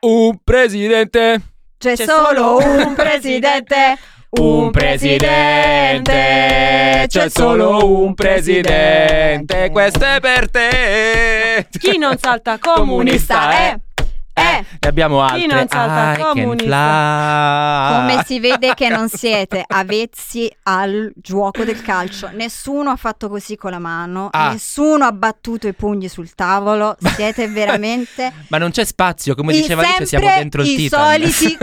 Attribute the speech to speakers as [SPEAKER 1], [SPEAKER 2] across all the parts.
[SPEAKER 1] Un presidente,
[SPEAKER 2] C'è,
[SPEAKER 3] solo un presidente,
[SPEAKER 1] un presidente, c'è solo un presidente, questo è per te.
[SPEAKER 3] Chi non salta comunista?
[SPEAKER 1] eh,
[SPEAKER 2] eh.
[SPEAKER 1] Ne abbiamo
[SPEAKER 3] Chi
[SPEAKER 1] altre. Ah,
[SPEAKER 3] non salta
[SPEAKER 1] I can
[SPEAKER 3] comunista?
[SPEAKER 1] fly.
[SPEAKER 2] Come si vede che non siete avvezzi al gioco del calcio. Nessuno ha fatto così con la mano,
[SPEAKER 1] Ah.
[SPEAKER 2] nessuno ha battuto i pugni sul tavolo. Siete veramente
[SPEAKER 1] Ma non c'è spazio, come
[SPEAKER 2] i-
[SPEAKER 1] diceva Alice, siamo
[SPEAKER 2] sempre
[SPEAKER 1] dentro il
[SPEAKER 2] i
[SPEAKER 1] Titan.
[SPEAKER 2] soliti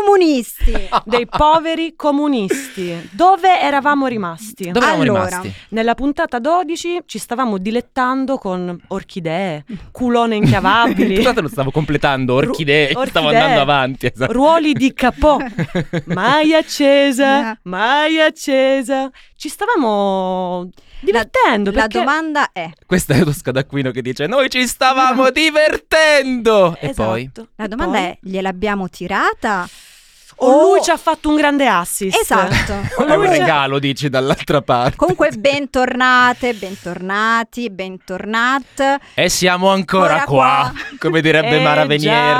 [SPEAKER 2] comunisti.
[SPEAKER 3] Dei poveri comunisti. Dove eravamo rimasti?
[SPEAKER 1] Dove eravamo
[SPEAKER 2] Allora.
[SPEAKER 1] rimasti?
[SPEAKER 3] Nella puntata 12 ci stavamo dilettando con orchidee, culone inchiavabili,
[SPEAKER 1] Scusate, lo stavo completando, orchidee,
[SPEAKER 3] Ru-
[SPEAKER 1] stavo
[SPEAKER 3] orchidee.
[SPEAKER 1] andando avanti. esatto.
[SPEAKER 3] ruoli di capò. Mai accesa,
[SPEAKER 2] Yeah.
[SPEAKER 3] mai accesa. Ci stavamo divertendo
[SPEAKER 2] La
[SPEAKER 3] perché
[SPEAKER 2] domanda è:
[SPEAKER 1] Questa è lo scadacquino che dice noi ci stavamo divertendo. E
[SPEAKER 3] Esatto.
[SPEAKER 1] poi?
[SPEAKER 2] la domanda
[SPEAKER 3] Poi?
[SPEAKER 2] è gliel'abbiamo tirata?
[SPEAKER 3] O lui
[SPEAKER 2] Oh.
[SPEAKER 3] ci ha fatto un grande assist.
[SPEAKER 2] Esatto.
[SPEAKER 1] È un
[SPEAKER 3] Lui-
[SPEAKER 1] regalo, dici, dall'altra parte.
[SPEAKER 2] Comunque, bentornate, bentornati, bentornat.
[SPEAKER 1] E siamo ancora
[SPEAKER 2] Ora
[SPEAKER 1] qua, come direbbe
[SPEAKER 3] Eh
[SPEAKER 1] Mara
[SPEAKER 3] già,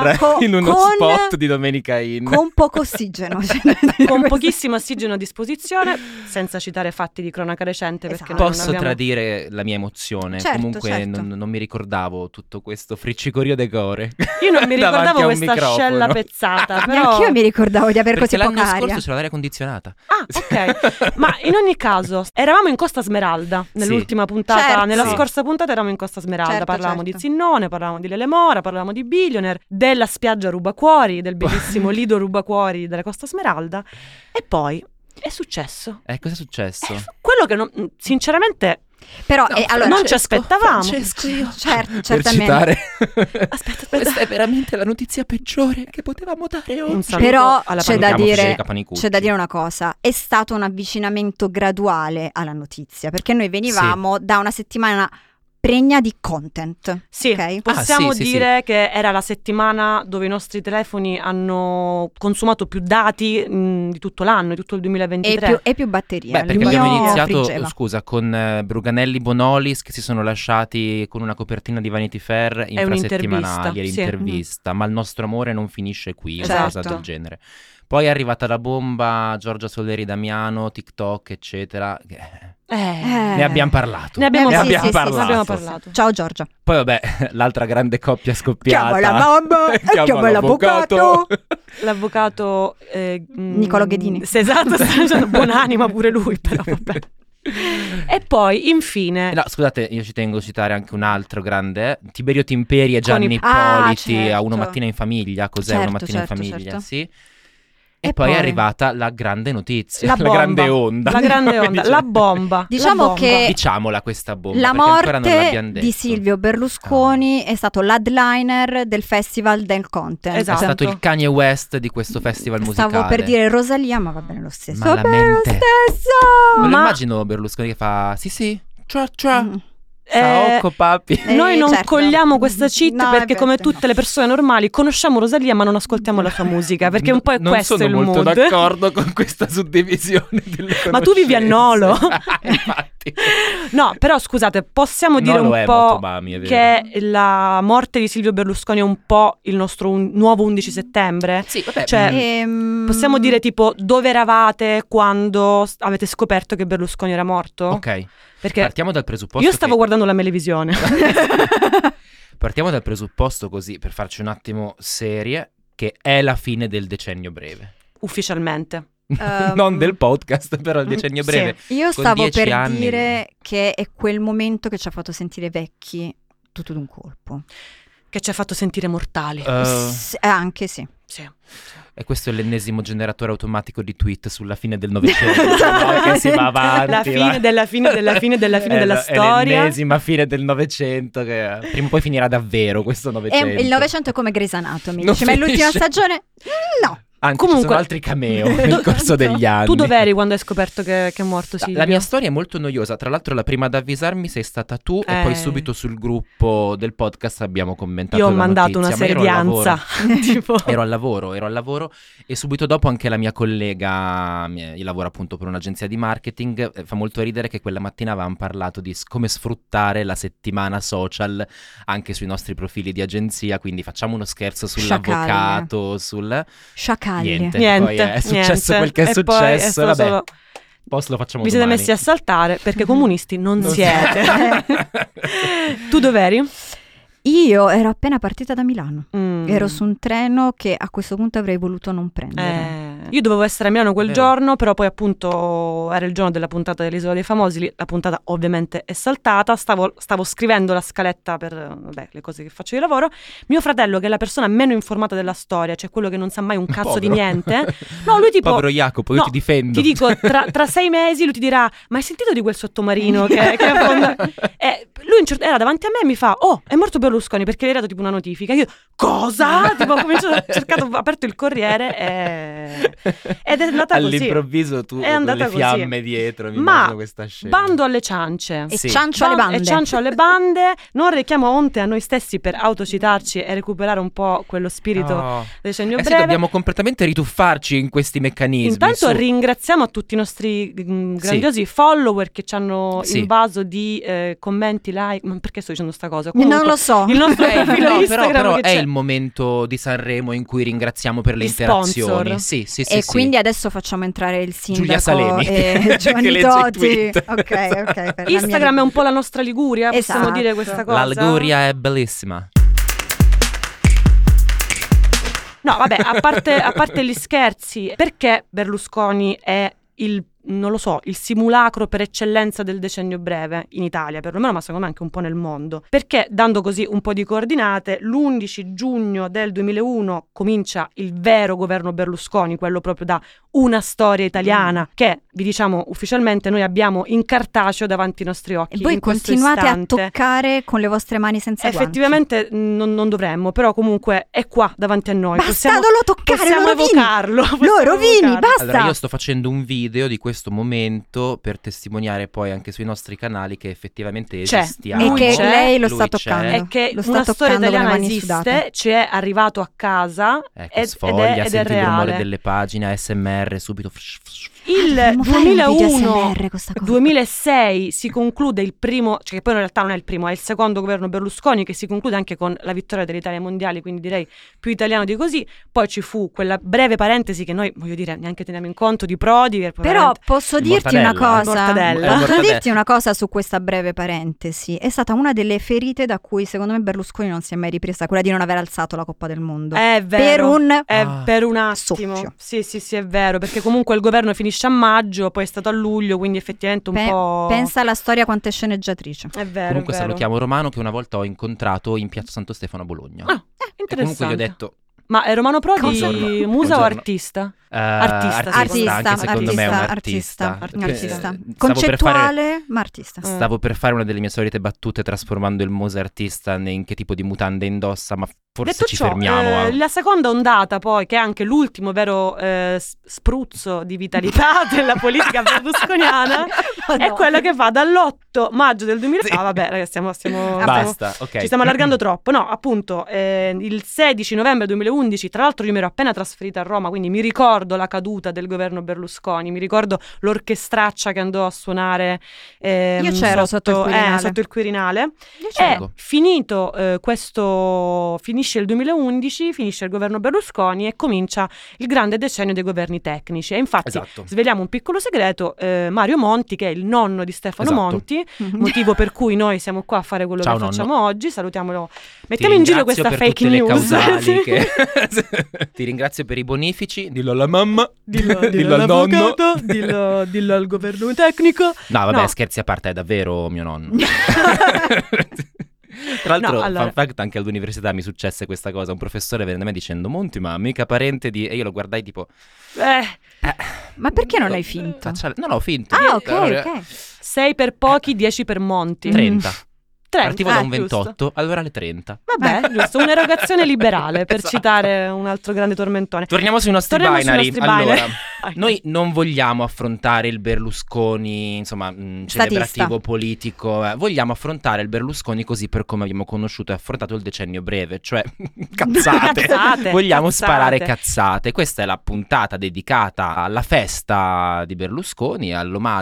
[SPEAKER 1] Venier
[SPEAKER 2] co-
[SPEAKER 1] in uno
[SPEAKER 2] con-
[SPEAKER 1] spot di Domenica In.
[SPEAKER 2] Con poco ossigeno. cioè,
[SPEAKER 3] con pochissimo ossigeno a disposizione, senza citare fatti di cronaca recente perché
[SPEAKER 2] Esatto.
[SPEAKER 3] noi
[SPEAKER 1] Posso
[SPEAKER 3] non abbiamo...
[SPEAKER 1] tradire la mia emozione,
[SPEAKER 2] Certo,
[SPEAKER 1] comunque
[SPEAKER 2] certo.
[SPEAKER 1] Non, non mi ricordavo tutto questo friccicorio de gore.
[SPEAKER 3] Io non mi
[SPEAKER 1] davanti
[SPEAKER 3] ricordavo
[SPEAKER 1] a un
[SPEAKER 3] questa
[SPEAKER 1] microfono.
[SPEAKER 3] ascella pezzata, però
[SPEAKER 2] Neanche io Ah, mi ricordavo di aver così
[SPEAKER 1] Perché l'anno
[SPEAKER 2] poca aria.
[SPEAKER 1] scorso c'era l'aria condizionata.
[SPEAKER 3] Ah, ok. Ma in ogni caso, eravamo in Costa Smeralda nell'ultima puntata,
[SPEAKER 2] Certo.
[SPEAKER 3] nella
[SPEAKER 1] Sì.
[SPEAKER 3] scorsa puntata eravamo in Costa Smeralda,
[SPEAKER 2] Certo,
[SPEAKER 3] parlavamo
[SPEAKER 2] certo.
[SPEAKER 3] di Zinnone, parlavamo di Lelemora, parlavamo di Billionaire, della spiaggia Rubacuori, del bellissimo lido Rubacuori della Costa Smeralda e poi è successo.
[SPEAKER 1] Eh, cosa è successo?
[SPEAKER 3] Eh, Quello che non- sinceramente
[SPEAKER 2] Però eh,
[SPEAKER 1] No,
[SPEAKER 2] allora,
[SPEAKER 3] non
[SPEAKER 2] c-
[SPEAKER 3] ci aspettavamo.
[SPEAKER 1] Francesco, io-
[SPEAKER 2] Certo,
[SPEAKER 1] per
[SPEAKER 2] certamente.
[SPEAKER 1] citare.
[SPEAKER 3] Aspetta, aspetta.
[SPEAKER 1] Questa è veramente la notizia peggiore che potevamo dare
[SPEAKER 3] Un
[SPEAKER 1] oggi.
[SPEAKER 3] saluto
[SPEAKER 2] Però
[SPEAKER 3] alla
[SPEAKER 2] c'è da,
[SPEAKER 3] Panicamoci
[SPEAKER 2] dire,
[SPEAKER 1] dei capanicucci.
[SPEAKER 2] c'è da dire una cosa, è stato un avvicinamento graduale alla notizia, perché noi venivamo da una settimana pregna di content.
[SPEAKER 3] Sì,
[SPEAKER 2] Ok?
[SPEAKER 3] possiamo
[SPEAKER 1] Ah, sì, sì,
[SPEAKER 3] dire che era la settimana dove i nostri telefoni hanno consumato più dati mh, di tutto l'anno, di tutto il
[SPEAKER 2] E
[SPEAKER 3] 2023.
[SPEAKER 2] più, e più batterie.
[SPEAKER 3] eh,
[SPEAKER 1] Beh, perché
[SPEAKER 2] Il
[SPEAKER 1] abbiamo
[SPEAKER 2] mio
[SPEAKER 1] iniziato,
[SPEAKER 2] friggeva.
[SPEAKER 1] scusa, con eh, Bruganelli Bonolis che si sono lasciati con una copertina di Vanity Fair infrasettimanali,
[SPEAKER 3] un'intervista,
[SPEAKER 1] è
[SPEAKER 3] sì. Certo.
[SPEAKER 1] l'intervista, ma il nostro amore non finisce qui,
[SPEAKER 2] Esatto.
[SPEAKER 1] una cosa del genere. Poi è arrivata la bomba, Giorgia Soleri Damiano, TikTok, eccetera. che-
[SPEAKER 3] Eh,
[SPEAKER 2] Eh.
[SPEAKER 1] Ne abbiamo parlato.
[SPEAKER 3] Ne abbiamo,
[SPEAKER 2] Ne
[SPEAKER 3] parlato.
[SPEAKER 2] abbiamo parlato.
[SPEAKER 3] ne abbiamo
[SPEAKER 1] Sì, sì, sì.
[SPEAKER 3] parlato.
[SPEAKER 2] Ciao Giorgia.
[SPEAKER 1] Poi vabbè, l'altra grande coppia scoppiata.
[SPEAKER 2] Chiama la mamma e chiama, l'avvocato.
[SPEAKER 3] L'avvocato eh, mh,
[SPEAKER 2] Niccolo Ghedini.
[SPEAKER 3] Sì, esatto, sta dicendo buonanima pure lui, però vabbè. E poi, infine,
[SPEAKER 1] Eh, No, scusate, io ci tengo a citare anche un altro grande, eh, Tiberio Timperi e Gianni
[SPEAKER 3] i-
[SPEAKER 2] Ah,
[SPEAKER 1] Ippoliti a
[SPEAKER 2] certo.
[SPEAKER 1] Una mattina in famiglia, cos'è
[SPEAKER 2] Certo,
[SPEAKER 1] Una mattina
[SPEAKER 2] certo,
[SPEAKER 1] in famiglia,
[SPEAKER 2] certo.
[SPEAKER 1] sì. E,
[SPEAKER 2] E
[SPEAKER 1] poi,
[SPEAKER 2] poi?
[SPEAKER 1] è arrivata la grande notizia,
[SPEAKER 3] La
[SPEAKER 1] la,
[SPEAKER 3] bomba.
[SPEAKER 1] grande onda.
[SPEAKER 3] la grande onda, la bomba.
[SPEAKER 2] Diciamo
[SPEAKER 3] la bomba.
[SPEAKER 2] che-
[SPEAKER 1] Diciamola questa bomba,
[SPEAKER 2] La
[SPEAKER 1] Oh, perché ancora non
[SPEAKER 2] morte
[SPEAKER 1] l'abbiamo detto. Ah.
[SPEAKER 2] di Silvio Berlusconi è stato l'headliner del Festival del Content.
[SPEAKER 3] Esatto.
[SPEAKER 1] È stato il Kanye West di questo festival musicale.
[SPEAKER 2] Stavo per dire Rosalia, ma va bene lo stesso.
[SPEAKER 1] Ma
[SPEAKER 2] Va bene lo
[SPEAKER 1] lamente.
[SPEAKER 2] stesso.
[SPEAKER 1] Me lo
[SPEAKER 3] Ma-
[SPEAKER 1] immagino Berlusconi che fa sì sì, ciao ciao,
[SPEAKER 2] Mm.
[SPEAKER 3] Eh,
[SPEAKER 1] ciao papi.
[SPEAKER 2] Eh,
[SPEAKER 3] Noi non
[SPEAKER 2] certo.
[SPEAKER 3] cogliamo questa cheat
[SPEAKER 2] No, vabbè,
[SPEAKER 3] perché, come
[SPEAKER 2] no.
[SPEAKER 3] tutte le persone normali, conosciamo Rosalia ma non ascoltiamo la sua musica perché un po' è
[SPEAKER 1] non
[SPEAKER 3] questo
[SPEAKER 1] sono
[SPEAKER 3] il
[SPEAKER 1] molto
[SPEAKER 3] mood.
[SPEAKER 1] d'accordo con questa suddivisione delle
[SPEAKER 3] Ma tu vivi a
[SPEAKER 1] conoscenze.
[SPEAKER 3] Nolo.
[SPEAKER 1] Infatti.
[SPEAKER 3] No, però scusate, possiamo dire
[SPEAKER 1] Nolo
[SPEAKER 3] un
[SPEAKER 1] è
[SPEAKER 3] po'
[SPEAKER 1] molto Bami, è vero.
[SPEAKER 3] che la morte di Silvio Berlusconi è un po' il nostro un- nuovo 11 settembre?
[SPEAKER 1] Sì, vabbè, mm,
[SPEAKER 3] Cioè,
[SPEAKER 1] mh,
[SPEAKER 2] Ehm,
[SPEAKER 3] Possiamo dire tipo dove eravate quando s- avete scoperto che Berlusconi era morto?
[SPEAKER 1] ok,
[SPEAKER 3] Perché
[SPEAKER 1] partiamo dal presupposto
[SPEAKER 3] io stavo
[SPEAKER 1] che-
[SPEAKER 3] guardando la televisione.
[SPEAKER 1] Partiamo dal presupposto così per farci un attimo serie che è la fine del decennio breve.
[SPEAKER 3] ufficialmente.
[SPEAKER 2] Ehm,
[SPEAKER 1] non del podcast, però il decennio
[SPEAKER 3] sì.
[SPEAKER 1] breve.
[SPEAKER 2] Io
[SPEAKER 1] con
[SPEAKER 2] stavo
[SPEAKER 1] dieci
[SPEAKER 2] per
[SPEAKER 1] anni.
[SPEAKER 2] dire che è quel momento che ci ha fatto sentire vecchi tutto d'un colpo.
[SPEAKER 3] Che ci ha fatto sentire mortali.
[SPEAKER 1] Eh,
[SPEAKER 2] S- eh, anche sì.
[SPEAKER 3] Sì.
[SPEAKER 1] E questo è l'ennesimo generatore automatico di tweet sulla fine del Novecento, no? che si va avanti.
[SPEAKER 3] Esatto. La fine
[SPEAKER 1] va.
[SPEAKER 3] della fine della fine della fine
[SPEAKER 1] È
[SPEAKER 3] della
[SPEAKER 1] la- È
[SPEAKER 3] storia.
[SPEAKER 1] l'ennesima fine del Novecento che prima o poi finirà davvero questo
[SPEAKER 2] E
[SPEAKER 1] Novecento.
[SPEAKER 2] il Novecento è come Grey's Anatomy.
[SPEAKER 1] Non
[SPEAKER 2] Dici, ma è l'ultima
[SPEAKER 1] finisce.
[SPEAKER 2] stagione? No.
[SPEAKER 1] Anzi,
[SPEAKER 3] Comunque-
[SPEAKER 1] ci sono altri cameo
[SPEAKER 3] Do-
[SPEAKER 1] eh, nel corso degli anni.
[SPEAKER 3] Tu dov'eri quando hai scoperto che, che è morto
[SPEAKER 1] La-
[SPEAKER 3] Silvio?
[SPEAKER 1] La mia storia è molto noiosa, tra l'altro la prima ad avvisarmi sei stata tu e
[SPEAKER 3] Eh.
[SPEAKER 1] poi subito sul gruppo del podcast abbiamo commentato
[SPEAKER 3] Io ho
[SPEAKER 1] la
[SPEAKER 3] mandato una
[SPEAKER 1] notizia, ma
[SPEAKER 3] serie
[SPEAKER 1] ero
[SPEAKER 3] di
[SPEAKER 1] al lavoro.
[SPEAKER 3] ansia. tipo...
[SPEAKER 1] Ero al lavoro, ero al lavoro e subito dopo anche la mia collega, mia- io lavoro appunto per un'agenzia di marketing, eh, fa molto ridere che quella mattina avevamo parlato di s- come sfruttare la settimana social anche sui nostri profili di agenzia, quindi facciamo uno scherzo sull'avvocato, sul...
[SPEAKER 2] Sciacalli.
[SPEAKER 1] Niente,
[SPEAKER 3] Niente,
[SPEAKER 1] poi è successo
[SPEAKER 3] niente.
[SPEAKER 1] quel che è
[SPEAKER 3] E poi è
[SPEAKER 1] successo,
[SPEAKER 3] stato
[SPEAKER 1] vabbè,
[SPEAKER 3] solo-
[SPEAKER 1] posto lo facciamo
[SPEAKER 3] Vi siete
[SPEAKER 1] domani.
[SPEAKER 3] messi a saltare perché comunisti non,
[SPEAKER 1] Non
[SPEAKER 3] siete. tu dov'eri?
[SPEAKER 2] Io ero appena partita da Milano.
[SPEAKER 3] Mm.
[SPEAKER 2] Ero su un treno che a questo punto avrei voluto non prendere.
[SPEAKER 3] Eh, io dovevo essere a Milano quel
[SPEAKER 1] Vero.
[SPEAKER 3] giorno, però poi appunto era il giorno della puntata dell'Isola dei Famosi, lì la puntata ovviamente è saltata, stavo, stavo scrivendo la scaletta per eh, vabbè, le cose che faccio di lavoro, mio fratello che è la persona meno informata della storia, cioè quello che non sa mai un cazzo di
[SPEAKER 1] Povero.
[SPEAKER 3] niente, no lui tipo...
[SPEAKER 1] Povero Jacopo, io
[SPEAKER 3] no,
[SPEAKER 1] ti difendo.
[SPEAKER 3] Ti dico, tra, tra sei mesi lui ti dirà: Ma hai sentito di quel sottomarino che, che affonda? E lui in cer- era davanti a me e mi fa: Oh, è morto Berlusconi perché gli era tipo una notifica. Io, cosa? Tipo, ho cominciato, ho cercato, ho aperto il corriere e. ed è andata così.
[SPEAKER 1] All'improvviso tu
[SPEAKER 3] È andata
[SPEAKER 1] con le
[SPEAKER 3] così.
[SPEAKER 1] fiamme dietro, mi
[SPEAKER 3] Ma
[SPEAKER 1] immagino questa scena.
[SPEAKER 3] Bando alle ciance.
[SPEAKER 2] E
[SPEAKER 1] Eh, Sì.
[SPEAKER 2] ciancio alle
[SPEAKER 3] Ban-
[SPEAKER 2] bande.
[SPEAKER 3] E ciancio alle bande, non rechiamo onte a noi stessi per autocitarci e recuperare un po' quello spirito
[SPEAKER 1] No.
[SPEAKER 3] del segno
[SPEAKER 1] Eh sì,
[SPEAKER 3] breve.
[SPEAKER 1] dobbiamo completamente rituffarci in questi meccanismi.
[SPEAKER 3] Intanto
[SPEAKER 1] su.
[SPEAKER 3] ringraziamo a tutti i nostri mm, grandiosi follower che ci hanno
[SPEAKER 1] Sì.
[SPEAKER 3] invaso di eh, commenti, like. Ma perché sto dicendo sta cosa?
[SPEAKER 2] Non
[SPEAKER 3] Comunque,
[SPEAKER 2] lo so.
[SPEAKER 3] Il nostro
[SPEAKER 1] Eh,
[SPEAKER 3] profilo
[SPEAKER 1] no, però,
[SPEAKER 3] Instagram
[SPEAKER 1] però
[SPEAKER 3] che
[SPEAKER 1] è
[SPEAKER 3] c'è.
[SPEAKER 1] il momento di Sanremo in cui ringraziamo per le
[SPEAKER 3] Gli sponsor.
[SPEAKER 1] interazioni. Sì, sì, sì,
[SPEAKER 2] e
[SPEAKER 1] sì.
[SPEAKER 2] quindi adesso facciamo entrare il sindaco
[SPEAKER 1] Giulia Salemi,
[SPEAKER 2] e
[SPEAKER 1] che
[SPEAKER 2] Giovanni
[SPEAKER 1] legge i
[SPEAKER 2] Totti.
[SPEAKER 1] tweet.
[SPEAKER 2] Ok, ok. per la mia
[SPEAKER 3] Instagram è un po' la nostra Liguria, possiamo
[SPEAKER 2] Esatto.
[SPEAKER 3] dire questa cosa.
[SPEAKER 1] l'algoria è bellissima.
[SPEAKER 3] No, vabbè, a parte, a parte gli scherzi, perché Berlusconi è il non lo so, il simulacro per eccellenza del decennio breve in Italia, perlomeno, ma secondo me anche un po' nel mondo. Perché, dando così un po' di coordinate, l'11 giugno del 2001 comincia il vero governo Berlusconi, quello proprio da una storia italiana, che vi diciamo ufficialmente noi abbiamo in cartaceo davanti ai nostri occhi.
[SPEAKER 2] E voi
[SPEAKER 3] in questo
[SPEAKER 2] continuate a
[SPEAKER 3] istante.
[SPEAKER 2] toccare con le vostre mani senza guanti.
[SPEAKER 3] Effettivamente non, non dovremmo, però comunque è qua davanti a noi. Possiamo-
[SPEAKER 2] Basta, lo toccare,
[SPEAKER 3] possiamo
[SPEAKER 2] lo rovini.
[SPEAKER 3] evocarlo.
[SPEAKER 2] Lo
[SPEAKER 3] possiamo
[SPEAKER 2] rovini,
[SPEAKER 3] evocarlo.
[SPEAKER 2] basta.
[SPEAKER 1] Allora, io sto facendo un video di questo momento per testimoniare poi anche sui nostri canali che effettivamente
[SPEAKER 3] C'è.
[SPEAKER 1] esistiamo.
[SPEAKER 3] E che
[SPEAKER 1] Lui
[SPEAKER 2] lei lo
[SPEAKER 1] c'è.
[SPEAKER 2] sta toccando.
[SPEAKER 3] È che
[SPEAKER 2] Lo sta
[SPEAKER 3] una
[SPEAKER 2] toccando
[SPEAKER 3] storia
[SPEAKER 2] con le
[SPEAKER 3] italiana
[SPEAKER 2] mani
[SPEAKER 3] esiste,
[SPEAKER 2] sudate.
[SPEAKER 3] ci è arrivato a casa
[SPEAKER 1] Ecco,
[SPEAKER 3] ed, ed
[SPEAKER 1] sfoglia,
[SPEAKER 3] è, ed è
[SPEAKER 1] senti il rumore
[SPEAKER 3] reale.
[SPEAKER 1] delle pagine, ASMR, subito.
[SPEAKER 3] Ah, Il
[SPEAKER 2] Dovremmo Ah, fare un video
[SPEAKER 3] 2001
[SPEAKER 2] ASMR con sta cosa.
[SPEAKER 3] 2006 si conclude il primo, cioè che poi in realtà non è il primo, è il secondo governo Berlusconi che si conclude anche con la vittoria dell'Italia ai mondiali, quindi direi più italiano di così. Poi ci fu quella breve parentesi che noi, voglio dire, neanche teniamo in conto di Prodi. che
[SPEAKER 2] Però
[SPEAKER 3] probabilmente-
[SPEAKER 2] posso
[SPEAKER 1] Il
[SPEAKER 2] dirti una
[SPEAKER 1] mortadella.
[SPEAKER 2] cosa.
[SPEAKER 3] Mortadella.
[SPEAKER 1] Il
[SPEAKER 2] Posso
[SPEAKER 1] mortadella.
[SPEAKER 2] dirti una cosa su questa breve parentesi. È stata una delle ferite da cui secondo me Berlusconi non si è mai ripresa, quella di non aver alzato la Coppa del Mondo.
[SPEAKER 3] è
[SPEAKER 2] per
[SPEAKER 3] vero.
[SPEAKER 2] un
[SPEAKER 3] È
[SPEAKER 1] Ah.
[SPEAKER 3] per un attimo.
[SPEAKER 2] Soffio.
[SPEAKER 3] Sì, sì, sì, è vero, perché comunque il governo finisce a maggio, poi è stato a luglio, quindi effettivamente un
[SPEAKER 2] Pe-
[SPEAKER 3] po'...
[SPEAKER 2] pensa alla storia quanto è sceneggiatrice.
[SPEAKER 3] È vero,
[SPEAKER 1] Comunque
[SPEAKER 3] è vero.
[SPEAKER 1] salutiamo Romano che una volta ho incontrato in Piazza Santo Stefano a Bologna.
[SPEAKER 3] Ah,
[SPEAKER 1] e
[SPEAKER 3] interessante.
[SPEAKER 1] comunque gli ho detto
[SPEAKER 3] Ma è Romano Prodi
[SPEAKER 1] Buongiorno.
[SPEAKER 3] musa o
[SPEAKER 1] Buongiorno.
[SPEAKER 3] artista?
[SPEAKER 1] Eh,
[SPEAKER 3] Artista,
[SPEAKER 1] artista,
[SPEAKER 2] Artista,
[SPEAKER 1] anche secondo me è un
[SPEAKER 2] artista,
[SPEAKER 1] artista.
[SPEAKER 2] artista,
[SPEAKER 1] Eh,
[SPEAKER 2] artista.
[SPEAKER 1] stavo per fare-
[SPEAKER 2] concettuale, ma artista.
[SPEAKER 3] Mm.
[SPEAKER 1] Stavo per fare una delle mie solite battute trasformando il Mose artista ne- in che tipo di mutande indossa, ma forse
[SPEAKER 3] Detto
[SPEAKER 1] ci
[SPEAKER 3] ciò,
[SPEAKER 1] fermiamo.
[SPEAKER 3] eh,
[SPEAKER 1] a-
[SPEAKER 3] la seconda ondata poi, che è anche l'ultimo vero eh, s- spruzzo di vitalità della politica berlusconiana, è
[SPEAKER 2] Madonna.
[SPEAKER 3] quella che va dall'8 maggio del 2000...
[SPEAKER 1] Sì.
[SPEAKER 3] Ah vabbè, ragazzi, stiamo... stiamo- stiamo-
[SPEAKER 1] Basta, ok.
[SPEAKER 3] Ci stiamo allargando troppo. No, appunto, eh, il 16 novembre 2011, tra l'altro io mi ero appena trasferita a Roma, quindi mi ricordo la caduta del governo Berlusconi, mi ricordo l'orchestraccia che andò a suonare ehm,
[SPEAKER 2] Io c'ero sotto il
[SPEAKER 3] eh,
[SPEAKER 2] Quirinale.
[SPEAKER 3] sotto il Quirinale. E
[SPEAKER 2] Eh,
[SPEAKER 1] Certo.
[SPEAKER 3] finito eh, questo, finisce il 2011, finisce il governo Berlusconi e comincia il grande decennio dei governi tecnici. E infatti,
[SPEAKER 1] Esatto.
[SPEAKER 3] sveliamo un piccolo segreto, eh, Mario Monti, che è il nonno di Stefano
[SPEAKER 1] Esatto.
[SPEAKER 3] Monti,
[SPEAKER 2] Mhm.
[SPEAKER 3] motivo per cui noi siamo qua a fare quello
[SPEAKER 1] Ciao,
[SPEAKER 3] che
[SPEAKER 1] nonno.
[SPEAKER 3] facciamo oggi. Salutiamolo. Mettiamo in giro
[SPEAKER 1] ringrazio
[SPEAKER 3] questa
[SPEAKER 1] per
[SPEAKER 3] fake
[SPEAKER 1] tutte le
[SPEAKER 3] news.
[SPEAKER 1] causali
[SPEAKER 3] Sì.
[SPEAKER 1] che- Ti ringrazio per i bonifici, dillo alla mamma,
[SPEAKER 3] Dillo, dillo,
[SPEAKER 1] al nonno.
[SPEAKER 3] all'avvocato, dillo, dillo al governo tecnico.
[SPEAKER 1] No, vabbè,
[SPEAKER 3] No.
[SPEAKER 1] scherzi a parte, è davvero mio nonno. Tra l'altro,
[SPEAKER 3] No, allora-
[SPEAKER 1] fun fact, anche all'università mi successe questa cosa. Un professore venne da me dicendo Monti, ma mica parente di... E io lo guardai tipo...
[SPEAKER 3] Eh,
[SPEAKER 2] Ma perché non hai
[SPEAKER 1] "Eh,
[SPEAKER 2] finto?
[SPEAKER 1] faccia- No, no, ho finto.
[SPEAKER 2] Ah, ok,
[SPEAKER 1] Allora,
[SPEAKER 2] ok.
[SPEAKER 3] 6 per pochi, 10 per Monti.
[SPEAKER 2] Tre.
[SPEAKER 1] 30.
[SPEAKER 3] Trenta,
[SPEAKER 1] Eh. Partivo da
[SPEAKER 3] eh,
[SPEAKER 1] un
[SPEAKER 3] Mm. giusto.
[SPEAKER 1] 28, allora le 30.
[SPEAKER 3] Vabbè, giusto, un'erogazione liberale per
[SPEAKER 1] Esatto.
[SPEAKER 3] citare un altro grande tormentone.
[SPEAKER 1] Torniamo sui nostri
[SPEAKER 3] Torniamo sui
[SPEAKER 1] binary.
[SPEAKER 3] nostri
[SPEAKER 1] allora,
[SPEAKER 3] binary. Vai.
[SPEAKER 1] noi non vogliamo affrontare il Berlusconi, insomma, mh,
[SPEAKER 2] Statista.
[SPEAKER 1] celebrativo politico. eh. Vogliamo affrontare il Berlusconi così per come abbiamo conosciuto e affrontato il decennio breve, cioè cazzate.
[SPEAKER 3] Cazzate,
[SPEAKER 1] Vogliamo
[SPEAKER 3] cazzate.
[SPEAKER 1] sparare cazzate. Questa è la puntata dedicata alla festa di Berlusconi,